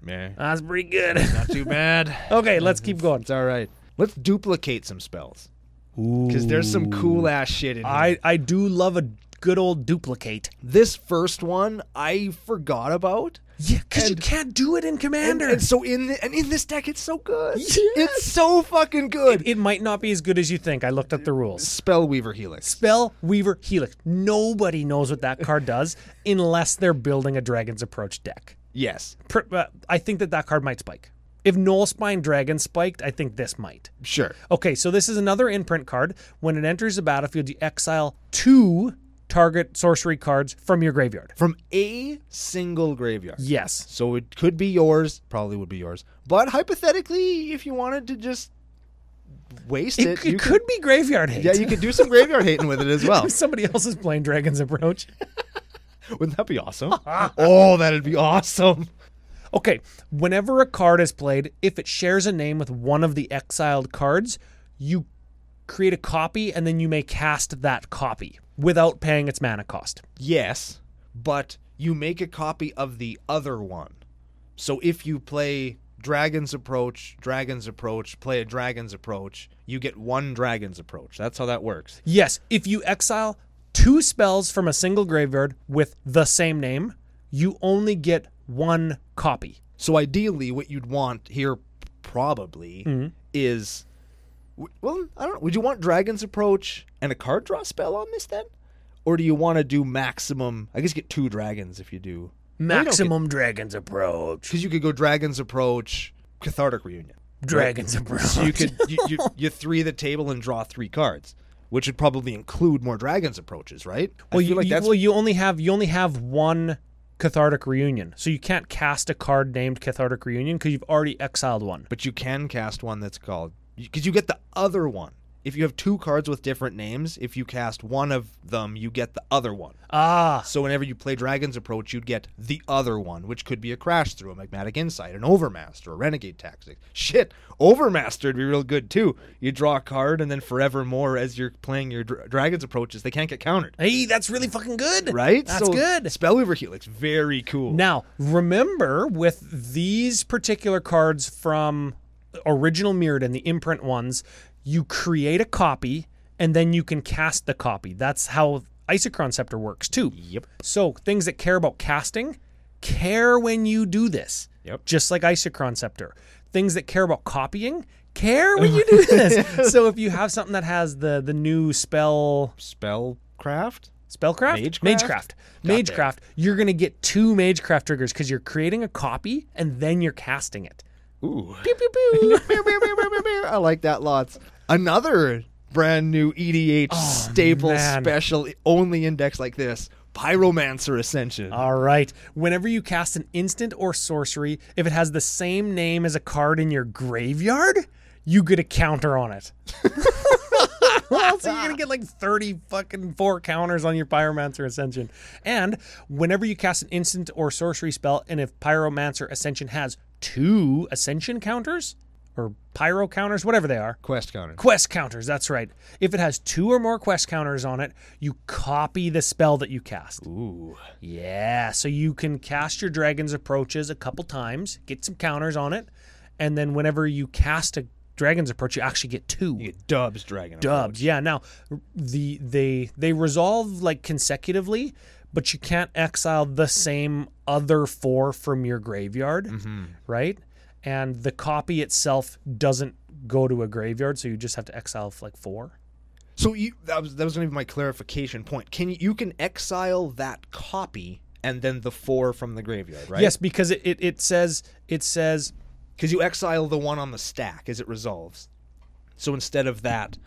Meh. that's pretty good *laughs* Not too bad. okay let's keep going it's all right. Let's duplicate some spells. Because there's some cool ass shit in here. I, I do love a good old duplicate. This first one I forgot about. Yeah, because you And- can't do it in And, Commander. and so in the, and in this deck, it's so good. Yes. It's so fucking good. it might not be as good as you think. I looked at the rules. Spellweaver Helix. Spell Weaver Helix. Nobody knows what that card does *laughs* unless they're building a Dragon's Approach deck. Yes, Pr- uh, I think that that card might spike. If Knoll Spine Dragon spiked, I think this might. sure. Okay, so this is another imprint card. When it enters the battlefield, you exile two target sorcery cards from your graveyard. From a single graveyard. Yes. So it could be yours, probably would be yours. But hypothetically, if you wanted to just waste It, it, it you could be graveyard hate. Yeah, you could do some graveyard hating with it as well. *laughs* if somebody else is playing Dragon's Approach. *laughs* Wouldn't that be awesome? oh, that'd be awesome. Okay, whenever a card is played, if it shares a name with one of the exiled cards, you create a copy and then you may cast that copy without paying its mana cost. Yes, but you make a copy of the other one. So if you play Dragon's Approach, Dragon's Approach, play a Dragon's Approach, you get one Dragon's Approach. That's how that works. Yes, if you exile two spells from a single graveyard with the same name, you only get one copy. So ideally, what you'd want here probably Mm-hmm. is, w- well, I don't. Would you want Dragon's Approach and a card draw spell on this then, or do you want to do maximum? I guess you get two dragons if you do Maximum Dragon's Approach. because you could go Dragon's Approach, Cathartic Reunion. Dragon's Approach. You could you, *laughs* you, you three the table and draw three cards, which would probably include more Dragon's Approaches, right? I well, feel you, like you- that's well, you only have you only have one cathartic reunion, so you can't cast a card named cathartic reunion because you've already exiled one. but you can cast one that's called because you get the other one. If you have two cards with different names, if you cast one of them, you get the other one. Ah, So whenever you play Dragon's Approach, you'd get the other one, which could be a crash through, a magmatic insight, an overmaster, a renegade tactic. Shit, overmaster would be real good too. You draw a card, and then forevermore, as you're playing your dra- Dragon's Approaches, they can't get countered. hey, that's really fucking good, Right? That's So, good. Spellweaver Helix, very cool. Now, remember with these particular cards from original Mirrored and the imprint ones, you create a copy and then you can cast the copy. That's how Isochron Scepter works too. Yep. So, things that care about casting, care when you do this. Yep. Just like Isochron Scepter. Things that care about copying, care when you *laughs* do this. so, if you have something that has the the new spell Spellcraft? Spellcraft? Magecraft? Magecraft. Got Magecraft. You're going to get two Magecraft triggers because you're creating a copy and then you're casting it. Ooh. Pew, pew, *laughs* pew. Meow, meow, meow, meow, meow, meow. I like that lots. Another brand new EDH staple Oh, man. special, only index like this Pyromancer Ascension. All right. Whenever you cast an instant or sorcery, if it has the same name as a card in your graveyard, you get a counter on it. *laughs* well, so you're gonna get like 30 fucking four counters on your Pyromancer Ascension. And whenever you cast an instant or sorcery spell, and if Pyromancer Ascension has two Ascension counters or Pyro counters, whatever they are, Quest counter. quest counters, that's right. If it has two or more quest counters on it, you copy the spell that you cast. Ooh. Yeah, so you can cast your dragon's approaches a couple times, get some counters on it, and then whenever you cast a dragon's approach, you actually get two Dubs Dragon. dubs. Yeah. Now, the they they resolve like consecutively, but you can't exile the same other four from your graveyard, right? And the copy itself doesn't go to a graveyard, so you just have to exile like four. So you that was that was gonna be my clarification point. Can you, you can exile that copy and then the four from the graveyard, right? Yes, because it, it, it says it says Because you exile the one on the stack as it resolves. So instead of that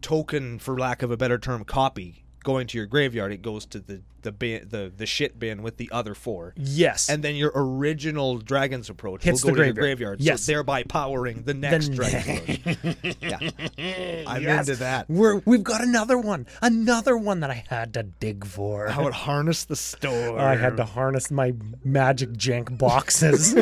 token, for lack of a better term, copy going to your graveyard, it goes to the the bin, the, the shit bin with the other four. yes. And then your original dragon's approach Hits will the go to your graveyard. graveyard, Yes. so thereby powering the next dragon. approach. *laughs* yeah. I'm into that. We're, we've got another one, another one that I had to dig for. Oh, How it harnessed the store. I had to harness my magic jank boxes.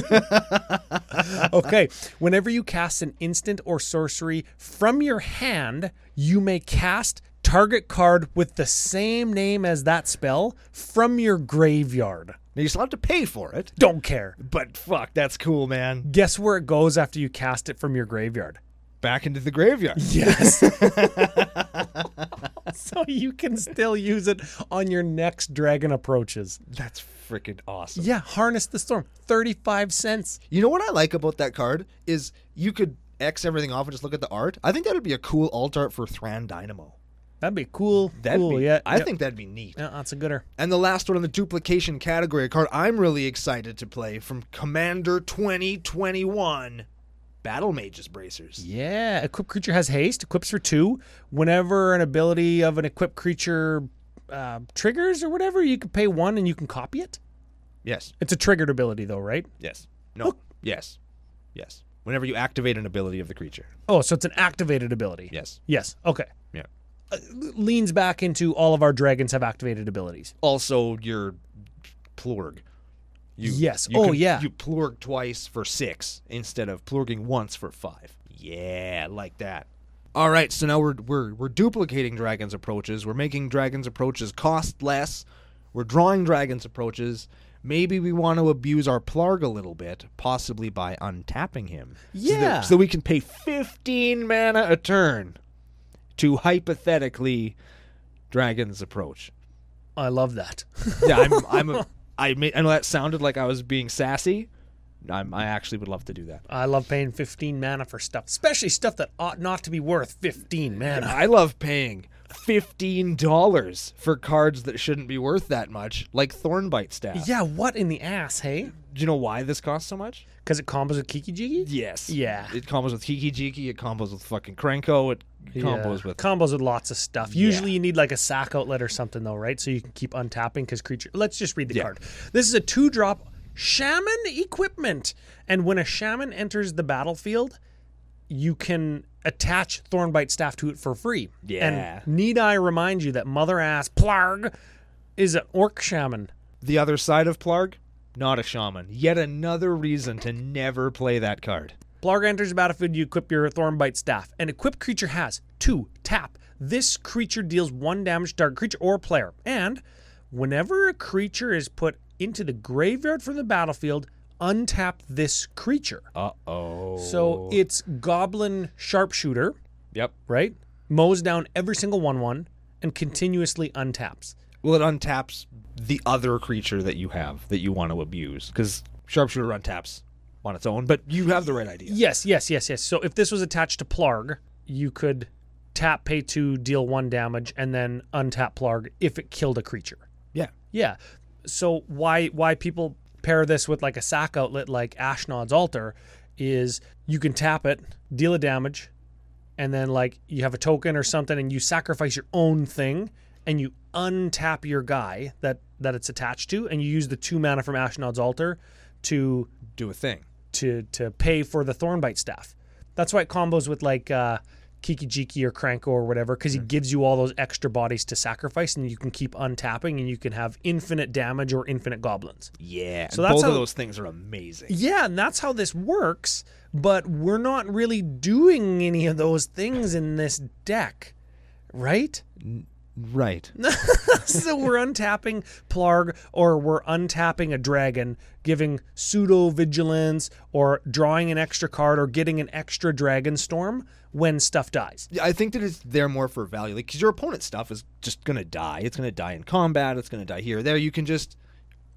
*laughs* okay. Whenever you cast an instant or sorcery from your hand, you may cast target card with the same name as that spell from your graveyard. Now you still have to pay for it, Don't care. but fuck, that's cool, man. Guess where it goes after you cast it from your graveyard? *laughs* Back into the graveyard. Yes. *laughs* so you can still use it on your next dragon approaches. That's freaking awesome. Yeah, harness the storm. 35 cents. You know what I like about that card is you could X everything off and just look at the art. I think that would be a cool alt art for Thran Dynamo. That'd be cool. That'd cool, be, yeah. I Yep. think that'd be neat. Yeah, that's a gooder. And the last one in the duplication category, a card I'm really excited to play from Commander 2021 Battle Mages Bracers. Yeah, equip creature has haste. Equips for two. Whenever an ability of an equipped creature uh, triggers or whatever, you can pay one and you can copy it. Yes. It's a triggered ability, though, right? Yes. No. Yes. Yes. Whenever you activate an ability of the creature. Oh, so it's an activated ability. Yes. Yes. Okay. Yeah. Uh, leans back into all of our dragons have activated abilities. Also, your Plurg. You, Yes. you Oh, can- yeah. You Plurg twice for six instead of Plurging once for five. Yeah, I like that. All right, so now we're, we're, we're duplicating Dragon's Approaches. We're making Dragon's Approaches cost less. We're drawing Dragon's Approaches. Maybe we want to abuse our Plarg a little bit, possibly by untapping him. So that- Yeah. so we can pay 15 mana a turn to hypothetically Dragon's Approach. I love that. *laughs* Yeah, I'm. I'm a, I made. I know that sounded like I was being sassy. I'm, I actually would love to do that. I love paying 15 mana for stuff, especially stuff that ought not to be worth 15 mana. I love paying fifteen dollars for cards that shouldn't be worth that much, like Thornbite Staff. Yeah, what in the ass, hey? Do you know why this costs so much? Because it combos with Kiki Jiggy? Yes. Yeah. It combos with Hiki Jiki. It combos with fucking Krenko. It combos Yeah. with. combos with lots of stuff. Usually, you need like a sack outlet or something, though, right? So you can keep untapping because creature. Let's just read the Yeah. card. This is a two drop shaman equipment, and when a shaman enters the battlefield, you can attach Thornbite staff to it for free. Yeah. And need I remind you that mother ass Plarg is an orc shaman? The other side of Plarg, not a shaman. Yet another reason to never play that card. Plarg enters the battlefield, you equip your Thornbite staff. An equipped creature has two tap. This creature deals one damage to target creature or player. And whenever a creature is put into the graveyard from the battlefield, untap this creature. Uh oh. So it's Goblin Sharpshooter, Yep. right? Mows down every single 1 1 and continuously untaps. Well, it untaps the other creature that you have that you want to abuse because sharpshooter untaps on its own, but you have the right idea. Yes, yes, yes, yes. So if this was attached to Plarg, you could tap pay two, deal one damage, and then untap Plarg if it killed a creature. Yeah. Yeah. So why why people pair this with like a sack outlet like Ashnod's altar is you can tap it, deal a damage, and then like you have a token or something and you sacrifice your own thing and you untap your guy that that it's attached to and you use the two mana from Ashnod's altar to Do a thing. to to pay for the Thornbite staff. That's why it combos with like uh, Kiki Jiki or Cranko or whatever, because he gives you all those extra bodies to sacrifice, and you can keep untapping, and you can have infinite damage or infinite goblins. Yeah. So So that's both how- of those things are amazing. Yeah, and that's how this works. But we're not really doing any of those things in this deck, right? Right. so we're untapping Plarg or we're untapping a dragon, giving pseudo vigilance or drawing an extra card or getting an extra dragon storm when stuff dies. I think that it's there more for value, like because your opponent's stuff is just gonna die. It's gonna die in combat. It's gonna die here, or there. You can just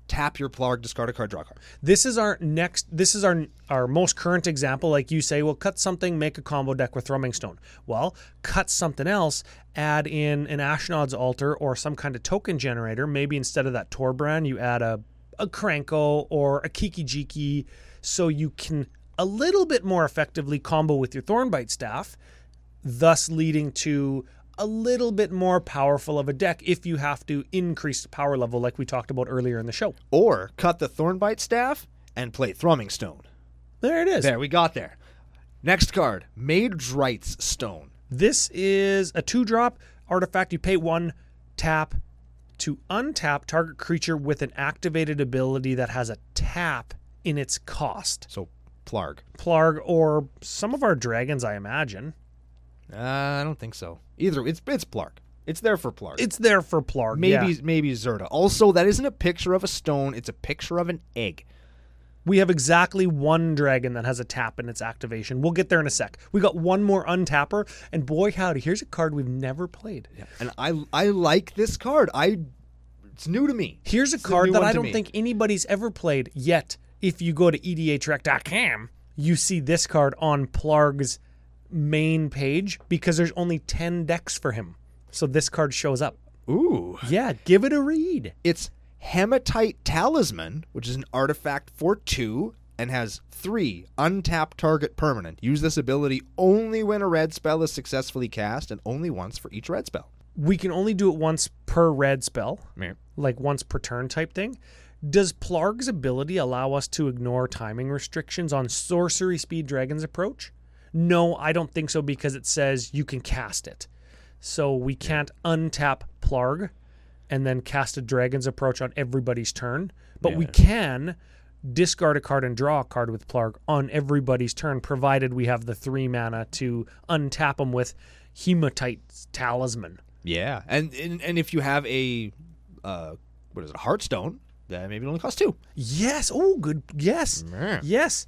tap your plarg, discard a card, draw a card. This is our next this is our our most current example. Like you say, well cut something, make a combo deck with Thrumming Stone. Well, cut something else, add in an Ashnod's altar or some kind of token generator. Maybe instead of that Torbran, you add a a Kranko or a Kiki Jiki so you can a little bit more effectively combo with your Thornbite staff, thus leading to a little bit more powerful of a deck if you have to increase the power level like we talked about earlier in the show. Or cut the thornbite staff and play thrumming stone. There it is. There, we got there. Next card, Mage Rights Stone. This is a two drop artifact. You pay one tap to untap target creature with an activated ability that has a tap in its cost. So plarg. Plarg or some of our dragons, I imagine. Uh, I don't think so. Either it's it's Plark. It's there for Plark. It's there for Plarg. maybe yeah. maybe Zerta. Also, that isn't a picture of a stone. It's a picture of an egg. We have exactly one dragon that has a tap in its activation. We'll get there in a sec. We got one more untapper, and boy howdy, here's a card we've never played. And I I like this card. I it's new to me. Here's a It's card new that one I to don't me. think anybody's ever played yet. If you go to E edatrek.com, you see this card on Plarg's main page because there's only 10 decks for him. So this card shows up. Ooh. Yeah, give it a read. It's Hematite Talisman, which is an artifact for two and has three untapped target permanent. Use this ability only when a red spell is successfully cast and only once for each red spell. We can only do it once per red spell, like once per turn type thing. Does Plarg's ability allow us to ignore timing restrictions on sorcery speed dragon's approach? No, I don't think so because it says you can cast it. So we can't untap Plarg and then cast a dragon's approach on everybody's turn, but we can discard a card and draw a card with Plarg on everybody's turn, provided we have the three mana to untap them with Hematite's Talisman. Yeah. And and, and if you have a uh, what is it, a Heartstone, then maybe it only costs two. Yes. Oh, good. Yes. Yeah. Yes.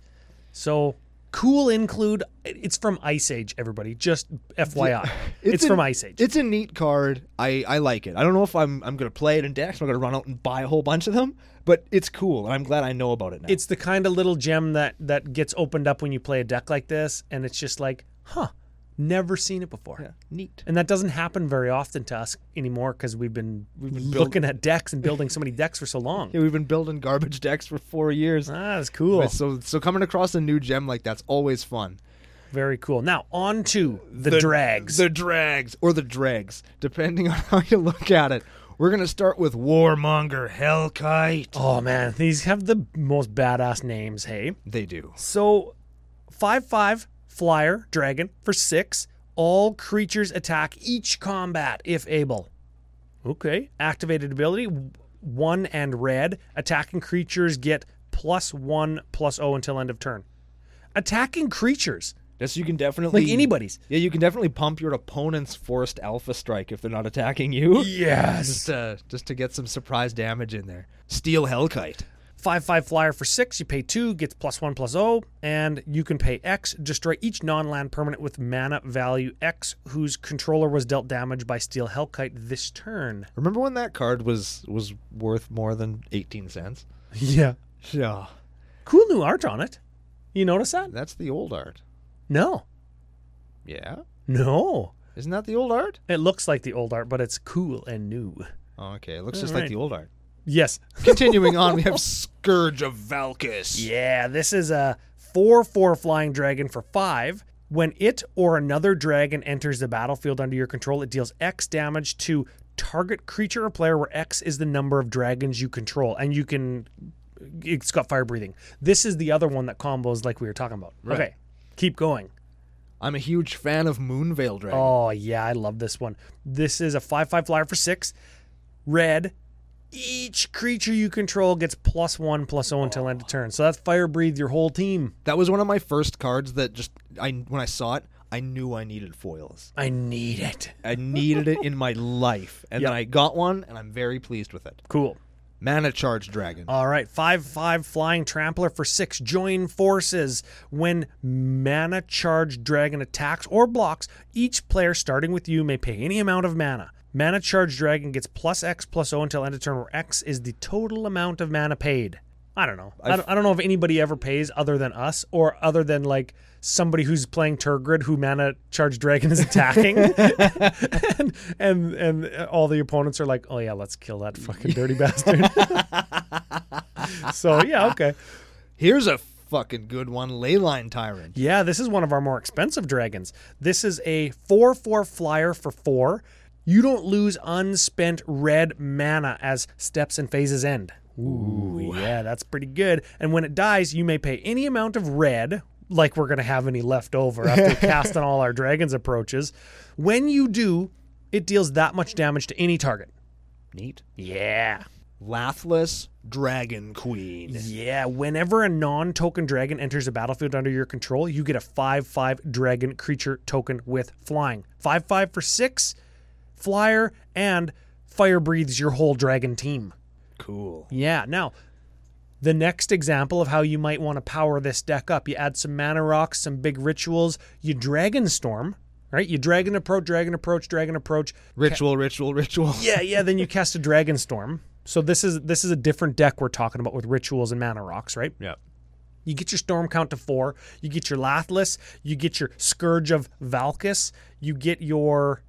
So cool include. It's from Ice Age, everybody. Just FYI. it's a- from Ice Age. It's a neat card. I, I like it. I don't know if I'm I'm gonna play it in decks. I'm gonna run out and buy a whole bunch of them, but it's cool, and I'm glad I know about it now. It's the kind of little gem that that gets opened up when you play a deck like this, and it's just like, huh, never seen it before. Yeah, neat. And that doesn't happen very often to us anymore because we've been, we've been build- looking at decks and building so many decks for so long. Yeah, we've been building garbage decks for four years. Ah, that's cool. But So so coming across a new gem like that's always fun. Very cool. Now on to the, drags. The drags or the dregs, depending *laughs* on how you look at it. We're gonna start with Warmonger Hellkite. oh man, these have the most badass names. Hey. They do. So, five five flyer dragon for six. All creatures attack each combat if able. Okay. Activated ability w- one and red. Attacking creatures get plus one plus oh until end of turn. Attacking creatures Yes, you can definitely like anybody's. Yeah, you can definitely pump your opponent's forced alpha strike if they're not attacking *laughs* you. Yes. Just to, just to get some surprise damage in there. Steel Hellkite. Five five flyer for six. You pay two, gets plus one plus oh, and you can pay X. Destroy each non-land permanent with mana value X, whose controller was dealt damage by Steel Hellkite this turn. Remember when that card was was worth more than eighteen cents? *laughs* Yeah. Yeah. Cool new art on it. You notice that? That's the old art. No. Yeah. No. Isn't that the old art? It looks like the old art, but it's cool and new. Oh, okay. It looks just right. like the old art. Yes. *laughs* Continuing on, we have Scourge of Valkus. Yeah, this is a 4 4 flying dragon for 5. When it or another dragon enters the battlefield under your control, it deals X damage to target creature or player, where X is the number of dragons you control. And you can. It's got fire breathing. This is the other one that combos like we were talking about. Okay, keep going. I'm a huge fan of Moonveil Dragon. Oh yeah, I love this one. This is a five-five flyer for six, red. Each creature you control gets plus one, plus zero until end of turn. So that's fire breathe your whole team. That was one of my first cards that just I when I saw it, I knew I needed foils. I need it. I needed it in my life, and then I got one, and I'm very pleased with it. Cool. Mana Charge Dragon. All right, five-five flying trampler for six. Join forces when mana charge dragon attacks or blocks. Each player starting with you may pay any amount of mana. Mana charge dragon gets plus X plus O until end of turn, where X is the total amount of mana paid. I don't know. I don't, I don't know if anybody ever pays other than us or other than like somebody who's playing Turgrid who mana charge dragon is attacking. *laughs* and, and and all the opponents are like, "Oh yeah, let's kill that fucking dirty bastard." so, yeah, okay. Here's a fucking good one, Leyline Tyrant. Yeah, this is one of our more expensive dragons. This is a 4 4 flyer for 4. You don't lose unspent red mana as steps and phases end. Ooh, yeah, that's pretty good. And when it dies, you may pay any amount of red, like we're going to have any left over after casting all *laughs* our dragon's approaches. When you do, it deals that much damage to any target. Neat. Yeah. Lathless Dragon Queen. Yeah, whenever a non token dragon enters a battlefield under your control, you get a 5 5 dragon creature token with flying. 5 5 for 6, flyer, and fire breathes your whole dragon team. Cool. Yeah, now, The next example of how you might want to power this deck up, you add some mana rocks, some big rituals, you dragon storm, right? You dragon approach, dragon approach, dragon approach. Ritual, ritual, ritual. Yeah, yeah, then you cast a dragon storm. So this is this is a different deck we're talking about with rituals and mana rocks, right? Yeah. You get your storm count to four. You get your Lathless. You get your Scourge of Valkis. You get your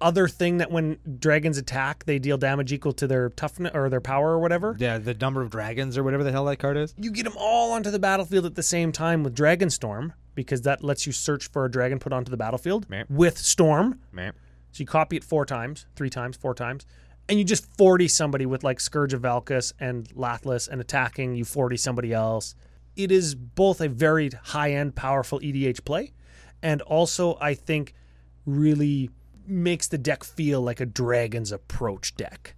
other thing that when dragons attack, they deal damage equal to their toughness or their power or whatever. Yeah, the number of dragons or whatever the hell that card is. You get them all onto the battlefield at the same time with Dragon Storm because that lets you search for a dragon put onto the battlefield Meh. with Storm. Man. So you copy it four times, three times, four times, and you just 40 somebody with like Scourge of Valkus and Lathless and attacking, you 40 somebody else. It is both a very high end, powerful EDH play, and also, I think, really makes the deck feel like a Dragon's Approach deck.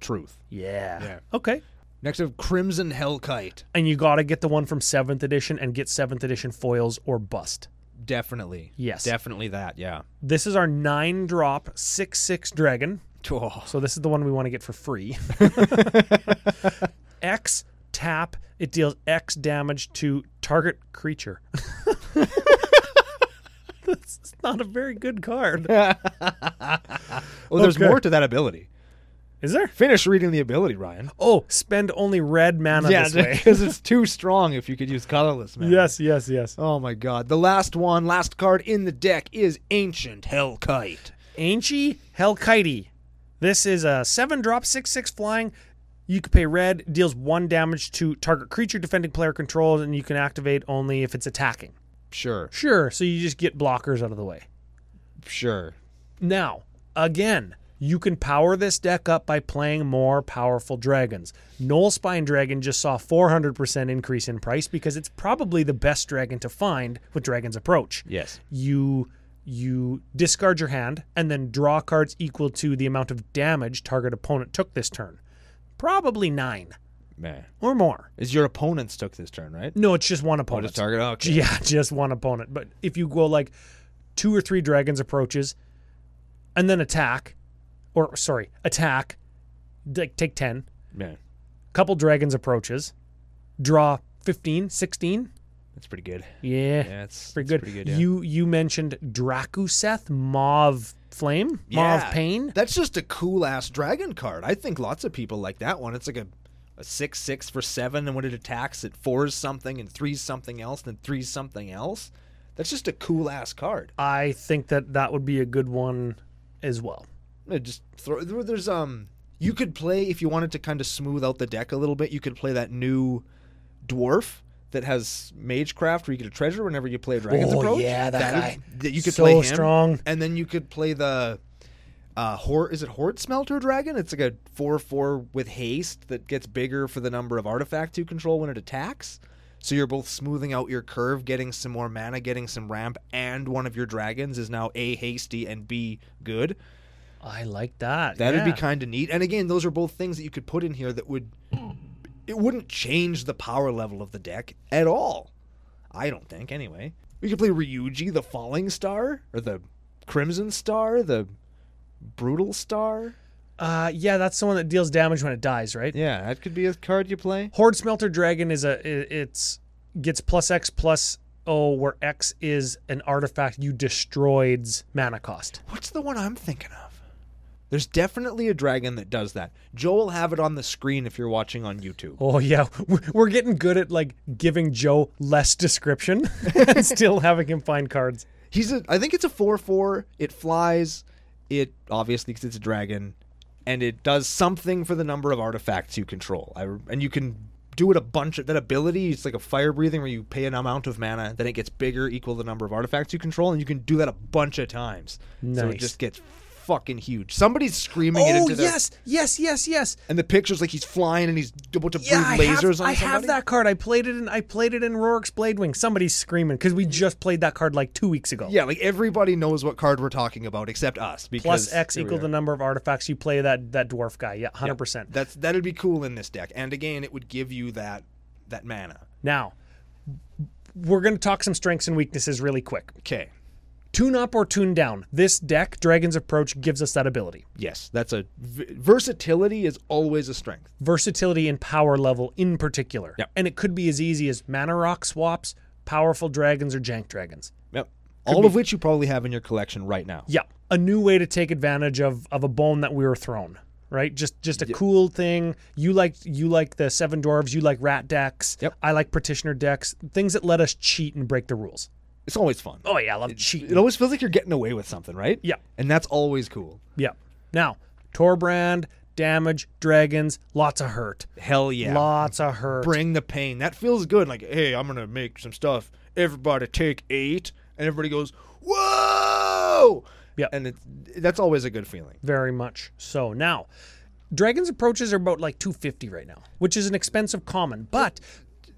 Truth. Yeah. Yeah. Okay. Next up, Crimson Hellkite. And you got to get the one from 7th edition and get 7th edition foils or bust. Definitely. Yes. Definitely that, yeah. This is our 9 drop 6 6 dragon. Oh. So this is the one we want to get for free. *laughs* X tap. It deals X damage to target creature. *laughs* this is not a very good card. Well, there's Okay. more to that ability. Is there? Finish reading the ability, Ryan. Oh, spend only red mana *laughs* this way. *laughs* because it's too strong if you could use colorless, man. yes, yes, yes. Oh my god. The last one, last card in the deck is Ancient Hellkite. Ainchi Hellkitey. This is a 7 drop 6 6 flying. You can pay red, deals 1 damage to target creature defending player controlled, and you can activate only if it's attacking. Sure, Sure, so you just get blockers out of the way. sure. Now, again, you can power this deck up by playing more powerful dragons. Knoll Spine Dragon just saw 400% increase in price because it's probably the best dragon to find with Dragon's Approach. Yes. You you discard your hand and then draw cards equal to the amount of damage target opponent took this turn. Probably 9 Man. or more. Is your opponents took this turn, right? Oh, No, it's just one opponent. target. Okay. *laughs* Yeah, just one opponent. But if you go like two or three dragons approaches and then attack, or sorry, attack, like take 10, Man. couple dragons approaches, draw 15, 16. That's pretty *laughs* good. Yeah, Yeah, it's pretty it's good. Pretty good yeah. You you mentioned Dracuseth, Mauve Flame, Yeah. Mauve Pain. That's just a cool ass dragon card. I think lots of people like that one. It's like a a six six for seven, and when it attacks, it fours something and threes something else, and then threes something else. That's just a cool ass card. I think that that would be a good one as well. Uh, Just throw. there- There's um. You could play if you wanted to kind of smooth out the deck a little bit. You could play that new dwarf that has magecraft, where you get a treasure whenever you play a dragon's Oh, approach. yeah, that is- guy. that you could So play him, strong. and then you could play the. Uh, Hor- is it Horde Smelter Dragon? It's like a 4 4 with haste that gets bigger for the number of artifacts you control when it attacks. So you're both smoothing out your curve, getting some more mana, getting some ramp, and one of your dragons is now A, hasty, and B, good. I like that. That'd yeah. be kind of neat. And again, those are both things that you could put in here that would it wouldn't change the power level of the deck at all. I don't think anyway. We could play Ryuji the Falling Star or the Crimson Star, the Brutal Star. Uh, yeah, that's the one that deals damage when it dies, right? Yeah, that could be a card you play. Horde Smelter Dragon is a i- it's gets plus X plus O, where X is an artifact you destroyed's mana cost. What's the one I'm thinking of? There's definitely a dragon that does that. Joe will have it on the screen if you're watching on YouTube. Oh yeah, *laughs* We're- we're getting good at like giving Joe less description *laughs* and still having him find cards. He's a. I think it's a four four. It flies. It obviously because it's a dragon, and it does something for the number of artifacts you control. I, and you can do it a bunch of that ability. It's like a fire breathing where you pay an amount of mana, then it gets bigger, equal the number of artifacts you control, and you can do that a bunch of times. So it Nice. just gets fucking huge. Somebody's screaming it Oh into their. yes, yes, yes, yes. And the picture's like he's flying and he's able to breathe Yeah, I, have, lasers on I have somebody. that card. I played it in I played it in Rorik's Blade Wing. Somebody's screaming because we just played that card like two weeks ago. Yeah, like everybody knows what card we're talking about except us. Because Plus X here we equal are. the number of artifacts you play that that dwarf guy. Yeah, hundred percent. That's that'd be cool in this deck. And again, it would give you that that mana. Now, we're going to talk some strengths and weaknesses really quick. Okay. Tune up or tune down. This deck, Dragon's Approach, gives us that ability. Yes, that's a v- versatility is always a strength. Versatility and power level in particular. Yep. And it could be as easy as mana rock swaps, powerful dragons, or jank dragons. Yep. All of which you probably have in your collection right now. Yeah. A new way to take advantage of of a bone that we were thrown. Right? Just just a cool thing. You like you like the seven dwarves, you like rat decks. Yep. I like petitioner decks. Things that let us cheat and break the rules. It's always fun. Oh yeah, I love cheating. It always feels like you're getting away with something, right? Yeah. And that's always cool. Yeah. Now, Torbrand, damage, dragons, lots of hurt. Hell yeah. Lots of hurt. Bring the pain. That feels good. Like, hey, I'm gonna make some stuff. Everybody take eight, and everybody goes, whoa. Yeah. And it's, that's always a good feeling. Very much so. Now, dragons approaches are about like 250 right now, which is an expensive common, but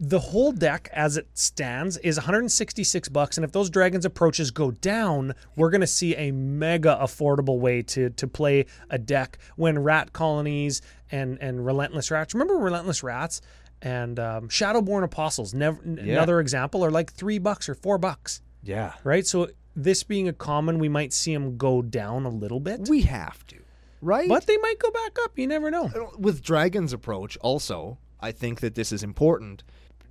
the whole deck as it stands is 166 bucks and if those dragons approaches go down we're going to see a mega affordable way to to play a deck when rat colonies and and relentless rats remember relentless rats and um, shadowborn apostles never n- another example are like three bucks or four bucks Yeah. right? So this being a common, we might see them go down a little bit, We have to, right? but they might go back up. You never know. with dragons approach also i think that this is important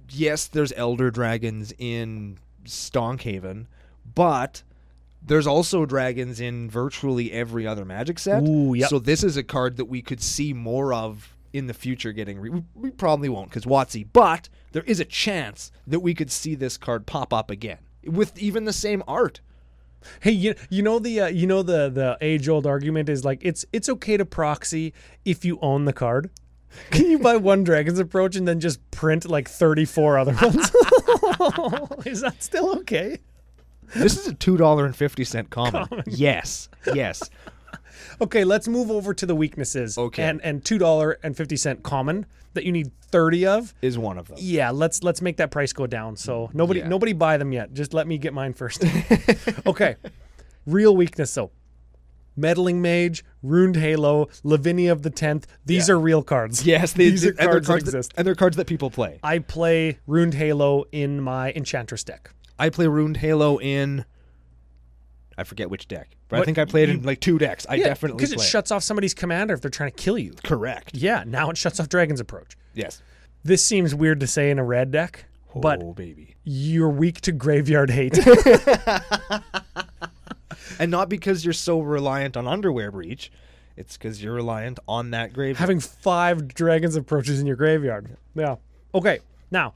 yes there's elder dragons in stonkhaven but there's also dragons in virtually every other magic set Ooh, yep. so this is a card that we could see more of in the future getting re- we- we probably won't because watsy but there is a chance that we could see this card pop up again with even the same art Hey, you, you know the uh, you know the the age old argument is like it's it's okay to proxy if you own the card. *laughs* Can you buy one Dragon's Approach and then just print like 34 other ones? *laughs* is that still okay? this is a $2.50 *laughs* common yes yes Okay, let's move over to the weaknesses. Okay. And and $2.50 common that you need 30 of. is one of them Yeah, let's let's make that price go down. So nobody Yeah. nobody buy them yet. Just let me get *laughs* mine first. okay. Real weakness though. Meddling Mage, Ruined Halo, Lavinia of the Tenth. These are real cards. *laughs* Yes, they, these are and they're cards, cards that exist. and they're cards that people play. I play Ruined Halo in my Enchantress deck. I play Ruined Halo in. I forget which deck, but I What- think I played in like two decks. I definitely because play it it. shuts off somebody's commander if they're trying to kill you. correct. Yeah, now it shuts off Dragon's Approach. Yes. This seems weird to say in a red deck, but oh baby, you're weak to Graveyard Hate. *laughs* and not because you're so reliant on Underwear Breach, it's because you're reliant on that grave. having five dragons approaches in your graveyard. Yeah. Okay. Now,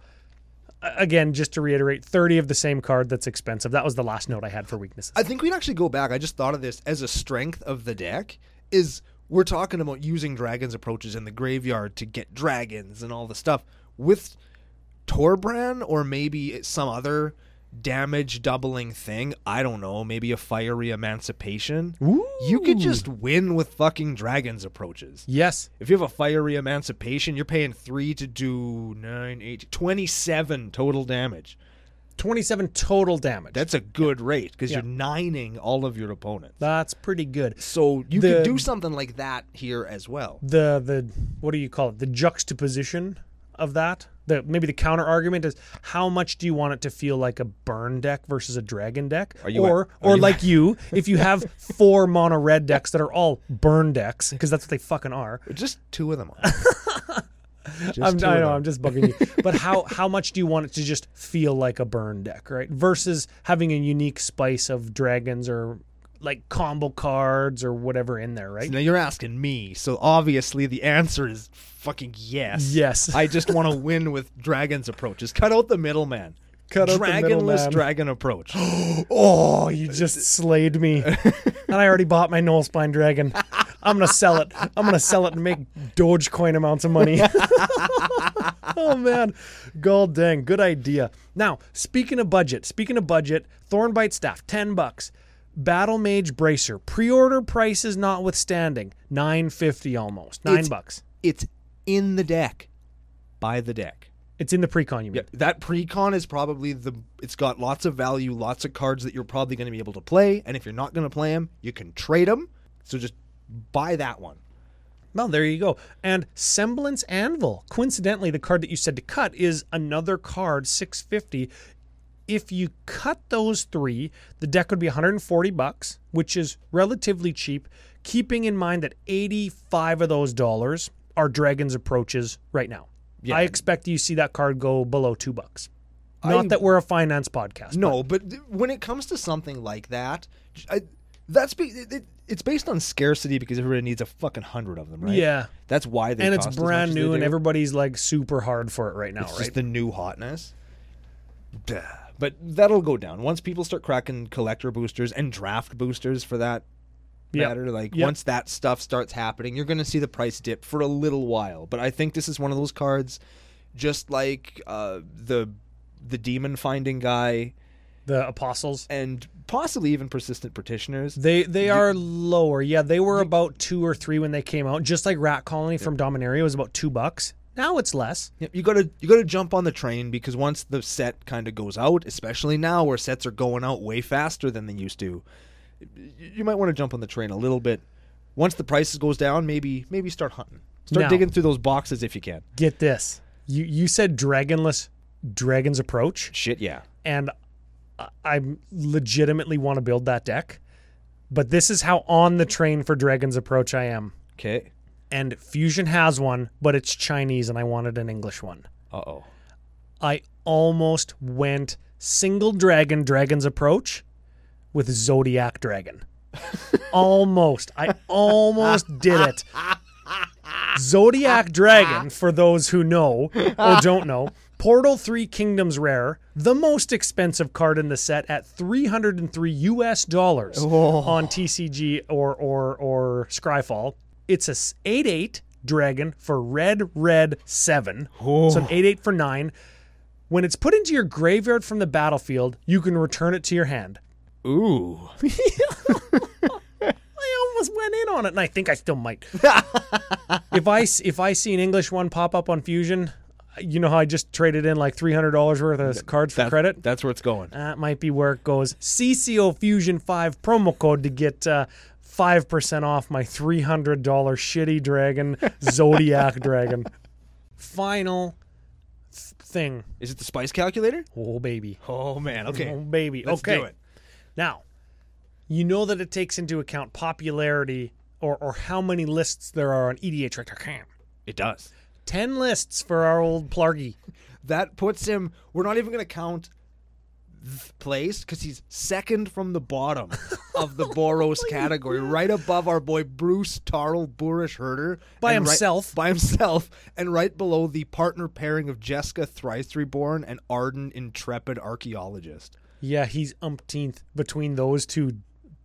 a- again, just to reiterate, thirty of the same card that's expensive. That was the last note I had for weaknesses. I think we'd actually go back. I just thought of this as a strength of the deck. Is we're talking about using dragons approaches in the graveyard to get dragons and all the stuff with Torbran or maybe some other damage doubling thing. I don't know. Maybe a fiery emancipation. You could just win with fucking dragons approaches. yes. If you have a fiery emancipation, you're paying three to do nine, eight, 27 total damage. Twenty-seven total damage. That's a good rate because you're nining all of your opponents. that's pretty good. So you The- could do something like that here as well. The the what do you call it? The juxtaposition of that. The maybe the counter argument is how much do you want it to feel like a burn deck versus a dragon deck, you or a- are or you a- *laughs* like you if you have four mono red decks that are all burn decks because that's what they fucking are. Just two of them. Just I'm, two I of know, them. I'm just bugging you. But how *laughs* how much do you want it to just feel like a burn deck, right? Versus having a unique spice of dragons or like combo cards or whatever in there, *laughs* right? Now you're asking me, so obviously the answer is fucking yes. Yes. I just want to win with dragons approaches. Cut out the middleman. Cut out the Dragonless middleman. dragon approach. oh, you just slayed me. and I already bought my Knoll Spine Dragon. I'm gonna sell it. I'm gonna sell it and make Dogecoin amounts of money. *laughs* oh man, gold dang, good idea. Now, speaking of budget, speaking of budget, Thornbite staff, ten bucks. Battle Mage Bracer, pre-order prices notwithstanding, nine fifty almost, nine It's- bucks. it's in the deck. Buy the deck. It's in the pre-con, you mean? That precon is probably the. It's got lots of value, lots of cards that you're probably going to be able to play, and if you're not going to play them, you can trade them. So just buy that one. Well, there you go. And Semblance Anvil. Coincidentally, the card that you said to cut is another card, 650, If you cut those three, the deck would be 140 bucks, which is relatively cheap, keeping in mind that 85 of those dollars are Dragon's Approaches right now. Yeah. I expect you see that card go below two bucks. Not that we're a finance podcast. No, but th- when it comes to something like that, j- I, that's be, it, it- it's based on scarcity because everybody needs a fucking hundred of them, right? Yeah. that's why they and it's cost as much brand as they new, and do. everybody's like super hard for it right now, It's right? just the new hotness. Duh. But that'll go down once people start cracking collector boosters and draft boosters for that Yep. matter. Like Yep. once that stuff starts happening, you're going to see the price dip for a little while. But I think this is one of those cards, just like uh, the the demon finding guy the apostles. and possibly even persistent petitioners. They they are lower. Yeah, they were about two or three when they came out. Just like Rat Colony from Dominaria was about two bucks. Now it's less. Yep, you gotta you gotta jump on the train because once the set kind of goes out, especially now where sets are going out way faster than they used to, y- you might want to jump on the train a little bit. Once the prices goes down, maybe maybe start hunting, start Now- digging through those boxes if you can. Get this. You you said dragonless dragon's approach, Shit, yeah. and I- I legitimately want to build that deck. But this is how on the train for dragon's approach I am. Okay. And Fusion has one, but it's Chinese, and I wanted an English one. Uh oh. I almost went single dragon dragon's approach with zodiac dragon. almost. I almost did it. Zodiac Dragon, for those who know or don't know, Portal 3 Kingdoms Rare, the most expensive card in the set at 303 US dollars on TCG or or or Scryfall. It's a s- 8/8 dragon for red red 7. So an 8/8 for 9. When it's put into your graveyard from the battlefield, you can return it to your hand. Ooh. I almost went in on it, and I think I *laughs* still might. if I s- if I see an English one pop up on Fusion, you know how I just traded in like three hundred dollars worth of cards for *laughs* That- credit. That's where it's going. That might be where it goes. CCO Fusion Five promo code to get uh, five percent off my three hundred dollar shitty *laughs* dragon Zodiac dragon. Final th- thing, Is it the spice calculator? oh baby. Oh man. Oh, Okay. baby. Let's okay. do it. Now, you know that it takes into account popularity or, or how many lists there are on E EDH.com. It does. 10 lists for our old Plargy. That puts him. We're not even gonna count th- place because he's second from the *laughs* bottom of the Boros category, right above our boy Bruce Tarl Boorish Herder By and right- himself. by himself, and right below the partner pairing of Jessica Thrice Reborn and Arden Intrepid Archaeologist. Yeah, he's umpteenth between those two.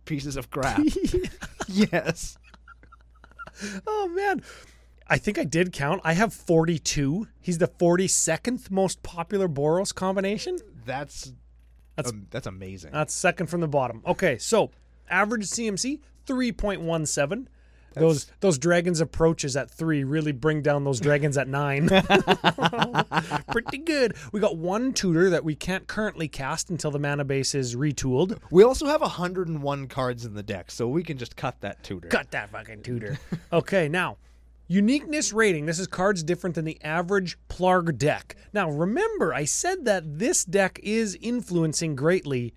Pieces of *laughs* crap. *laughs* yes. Oh, man. I think I did count. I have 42. He's the 42nd most popular Boros combination. That's that's, um, that's amazing. That's second from the bottom. Okay, so average CMC 3.17. Those those dragons approaches at three really bring down those dragons at nine. *laughs* Pretty good. We got one tutor that we can't currently cast until the mana base is retooled. we also have 101 cards in the deck, so we can just cut that tutor. Cut that fucking tutor. *laughs* okay, now uniqueness rating. This is cards different than the average Plarg deck. Now remember, I said that this deck is influencing greatly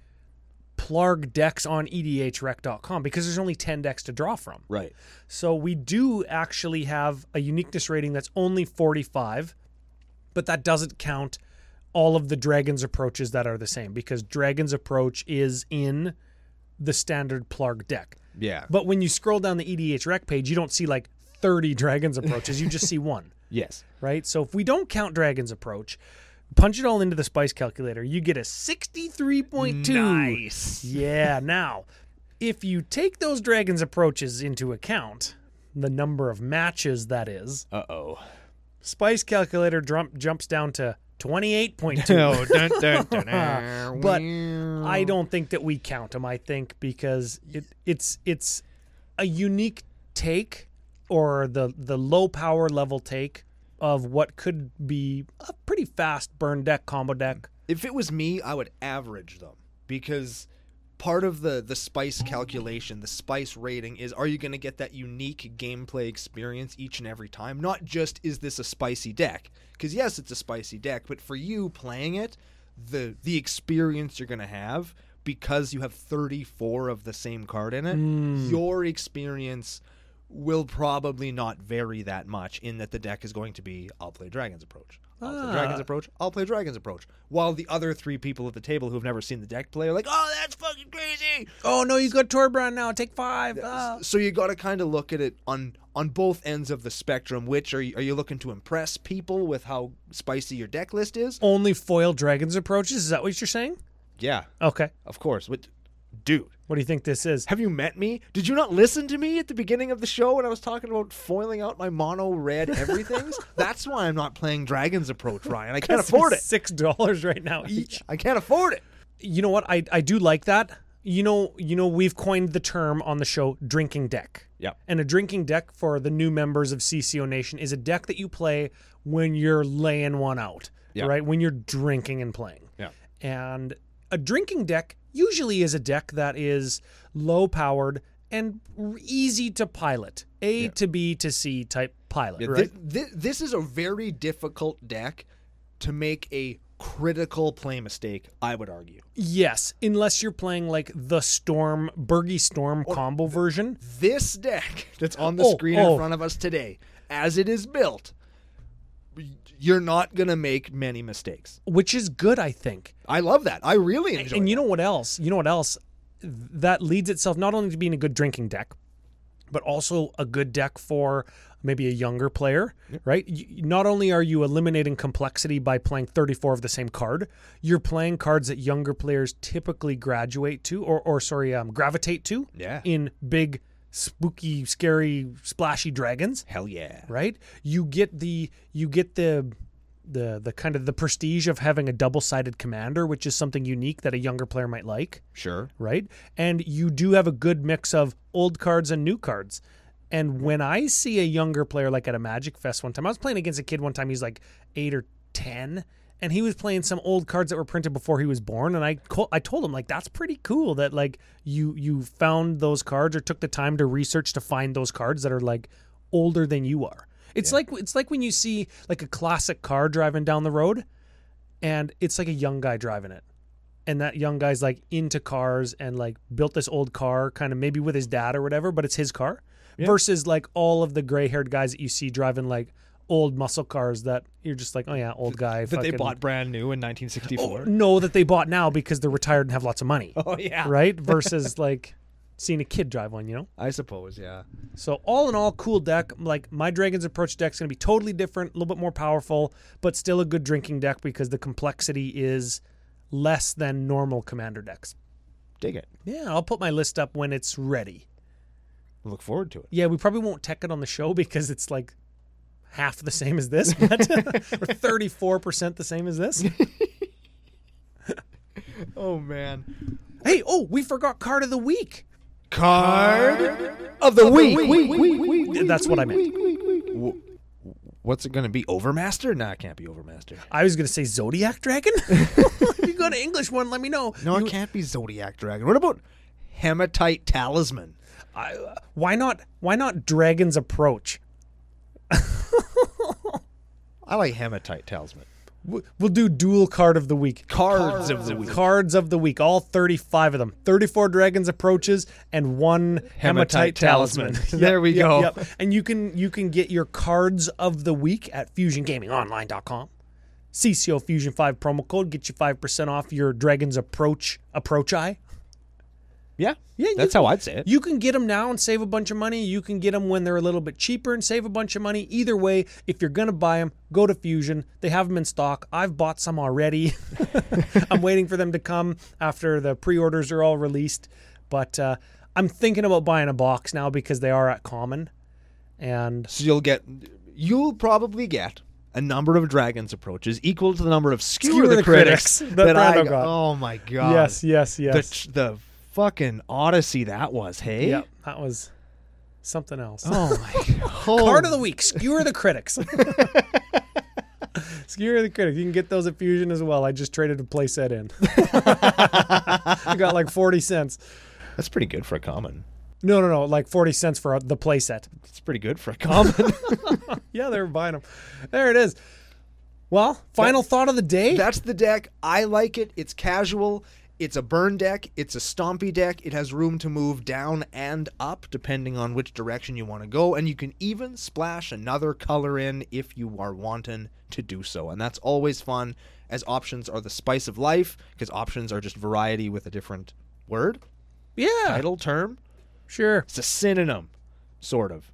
Plarg decks on E EDHREC.com because there's only 10 decks to draw from. Right. So we do actually have a uniqueness rating that's only 45, but that doesn't count all of the dragon's approaches that are the same because dragon's approach is in the standard Plarg deck. Yeah. But when you scroll down the EDH rec page, you don't see like 30 dragons approaches. You just see one, yes. right? So if we don't count dragons approach, punch it all into the spice calculator, you get a 63.2. Yeah, now if you take those dragons approaches into account, the number of matches that is, Uh oh. spice calculator jump, jumps down to *laughs* 28.2. No, dun, dun, dun, dun. But Mm. I don't think that we count them. I think because it, it's it's a unique take or the the low power level take of what could be a pretty fast burn deck combo deck. if it was me, I would average them because part of the the spice calculation, the spice rating is are you going to get that unique gameplay experience each and every time? Not just is this a spicy deck? Cuz yes, it's a spicy deck, but for you playing it, the the experience you're gonna have because you have 34 of the same card in it. Your experience will probably not vary that much in that the deck is going to be I'll play Dragon's Approach. I'll play Dragon's Approach. I'll play Dragon's Approach. While the other three people at the table who've never seen the deck play are like, "Oh, that's fucking crazy." Oh no, you got Torbran now. Take five. Ah. so you got to kind of look at it on on both ends of the spectrum. Which are you, are you looking to impress people with how spicy your deck list is? Only foil dragons approaches. Is that what you're saying? Yeah, Okay. of course. What, dude? What do you think this is? Have you met me? Did you not listen to me at the beginning of the show when I was talking about foiling out my mono red *laughs* everything's? That's why I'm not playing Dragon's Approach, Ryan. I can't afford it. Six dollars *laughs* right now each. I can't afford it. You know what? I I do like that. You know, you know, we've coined the term on the show drinking deck. Yep. And a drinking deck for the new members of CCO Nation is a deck that you play when you're laying one out. Yeah. Right? When you're drinking and playing. Yeah. And a drinking deck usually is a deck that is low powered and r- easy to pilot. A to B to C type pilot, right? Thi- thi- this is a very difficult deck to make a critical play mistake, I would argue. Yes, unless you're playing like the Storm Bergy Storm combo version. This deck *laughs* that's on the Oh, screen oh. in front of us today, as it is built, you're not going to make many mistakes. which is good, I think. I love that. I really enjoy and that. you know what else? You know what else? Th- That leads itself not only to being a good drinking deck, but also a good deck for maybe a younger player, right? You, not only are you eliminating complexity by playing 34 of the same card, you're playing cards that younger players typically graduate to, or, or sorry, um, gravitate to Yeah. in big, spooky, scary, splashy dragons Hell yeah. right you get the you get the the the kind of the prestige of having a double-sided commander which is something unique that a younger player might like Sure. right and you do have a good mix of old cards and new cards and when i see a younger player like at a magic fest one time i was playing against a kid one time he's like 8 or 10 and he was playing some old cards that were printed before he was born and i co- i told him like that's pretty cool that like you you found those cards or took the time to research to find those cards that are like older than you are it's like it's like when you see like a classic car driving down the road and it's like a young guy driving it and that young guy's like into cars and like built this old car kind of maybe with his dad or whatever but it's his car versus like all of the gray haired guys that you see driving like old muscle cars that you're just like oh yeah old guy That they fucking- bought brand new in Oh, 1964. no that they bought now because they're retired and have lots of money Oh, yeah. *laughs* right versus like seeing a kid drive one you know I suppose, yeah. so all in all, cool deck. Like my Dragon's Approach deck's gonna be totally different, a little bit more powerful, but still a good drinking deck because the complexity is less than normal commander decks. Dig it. Yeah, I'll put my list up when it's ready. Look forward to it. Yeah, we probably won't tech it on the show *laughs* because it's like half the same as this, but *laughs* thirty-four percent the same as *laughs* this. Oh, man. Hey, oh, we forgot card of the week. Card of the week. That's what I meant. What's it going to be? Overmaster? Nah, it can't be Overmaster. I was gonna say Zodiac *laughs* Dragon. if you got an English one, let me know. No, it can't be Zodiac Dragon. What about Hematite Talisman? I, uh, why not? Why not Dragon's Approach? I like Hematite Talisman. W- We'll do dual card of the week. Cards of the week. Cards of the week. All 35 of them. 34 dragons approaches and one hematite, Hematite talisman. talisman. *laughs* There we go. And you can you can get your cards of the week at fusiongamingonline.com. CCO Fusion 5 promo code get you 5% off your Dragon's Approach approach eye. Yeah. Yeah, you- That's how I'd say it. You can get them now and save a bunch of money. You can get them when they're a little bit cheaper and save a bunch of money. Either way, if you're going to buy them, go to Fusion. They have them in stock. I've bought some already. *laughs* I'm waiting for them to come after the pre orders are all released. But uh, I'm thinking about buying a box now because they are at common. And So you'll get, you'll probably get a number of dragons approaches equal to the number of skewer, Skewer the, the critics, *laughs* Critics that that, I Brando got. got. Oh my god! yes, yes, the yes. tr- the fucking Odyssey that was. Hey, yep, that was something else. oh my *laughs* god! Part of the week, skewer the critics. *laughs* skewer the critics. You can get those at Fusion as well. I just traded a playset *laughs* in. I got like forty cents. That's pretty good for a common. No, no, no, like forty cents for uh, the playset. It's pretty good for a common. Yeah, they were buying them. There it is. Well, final thought of the day. That's the deck. I like it. It's casual. It's a burn deck. It's a stompy deck. It has room to move down and up depending on which direction you want to go. And you can even splash another color in if you are wanting to do so. And that's always fun, as options are the spice of life, because options are just variety with a different word, yeah, title, term. sure. It's a synonym, sort of,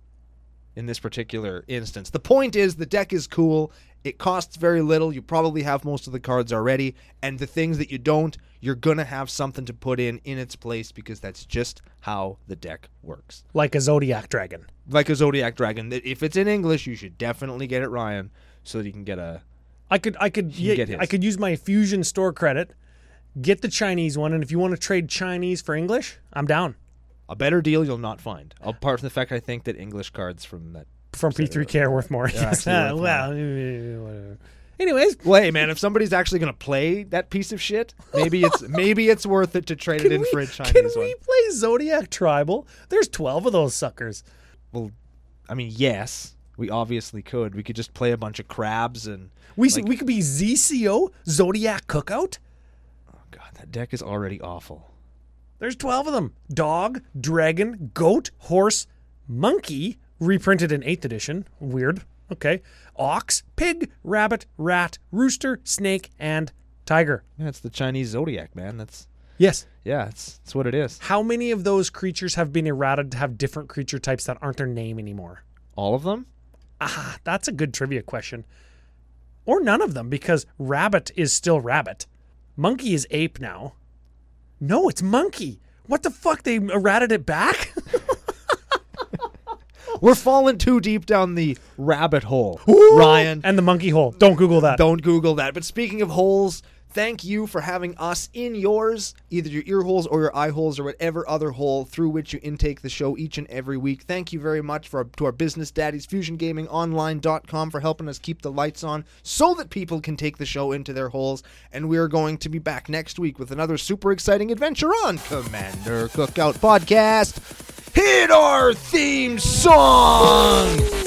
in this particular instance. The point is the deck is cool. It costs very little. You probably have most of the cards already. And the things that you don't, you're going to have something to put in in its place because that's just how the deck works. Like a zodiac dragon. Like a Zodiac Dragon, that- if it's in English, you should definitely get it, Ryan, so that you can get a. I could I could yeah, get his. I could use my Fusion store credit, get the Chinese one, and if you want to trade Chinese for English, I'm down. A better deal you'll not find. Apart from the fact I think that English cards from that From P3K are worth more. Yes. actually Uh, worth *laughs* well, eh, whatever. Anyways, Well, hey man, if somebody's actually gonna play that piece of shit, maybe *laughs* it's maybe it's worth it to trade it can in we, for a Chinese can one. we play Zodiac Tribal? There's 12 of those suckers. Well, I mean, yes, we obviously could. We could just play a bunch of crabs and We see, we could be ZCO Zodiac Cookout. oh god, that deck is already awful. There's 12 of them. Dog, dragon, goat, horse, monkey, reprinted in 8th edition. Weird. Okay. Ox, pig, rabbit, rat, rooster, snake, and tiger. Yeah, it's the Chinese zodiac, man. That's Yes. yeah, it's it's what it is. How many of those creatures have been errated to have different creature types that aren't their name anymore? All of them. Ah, that's a good trivia question. Or none of them, because rabbit is still rabbit. Monkey is ape now. No, it's monkey. What the fuck? They errated it back? *laughs* We're falling too deep down the rabbit hole, Ryan. and the monkey hole. Don't Google that. Don't Google that. But speaking of holes, thank you for having us in yours, either your ear holes or your eye holes or whatever other hole through which you intake the show each and every week. Thank you very much for to our business daddies, fusiongamingonline.com, for helping us keep the lights on so that people can take the show into their holes. And we are going to be back next week with another super exciting adventure on Commander Cookout Podcast. Hit our theme song!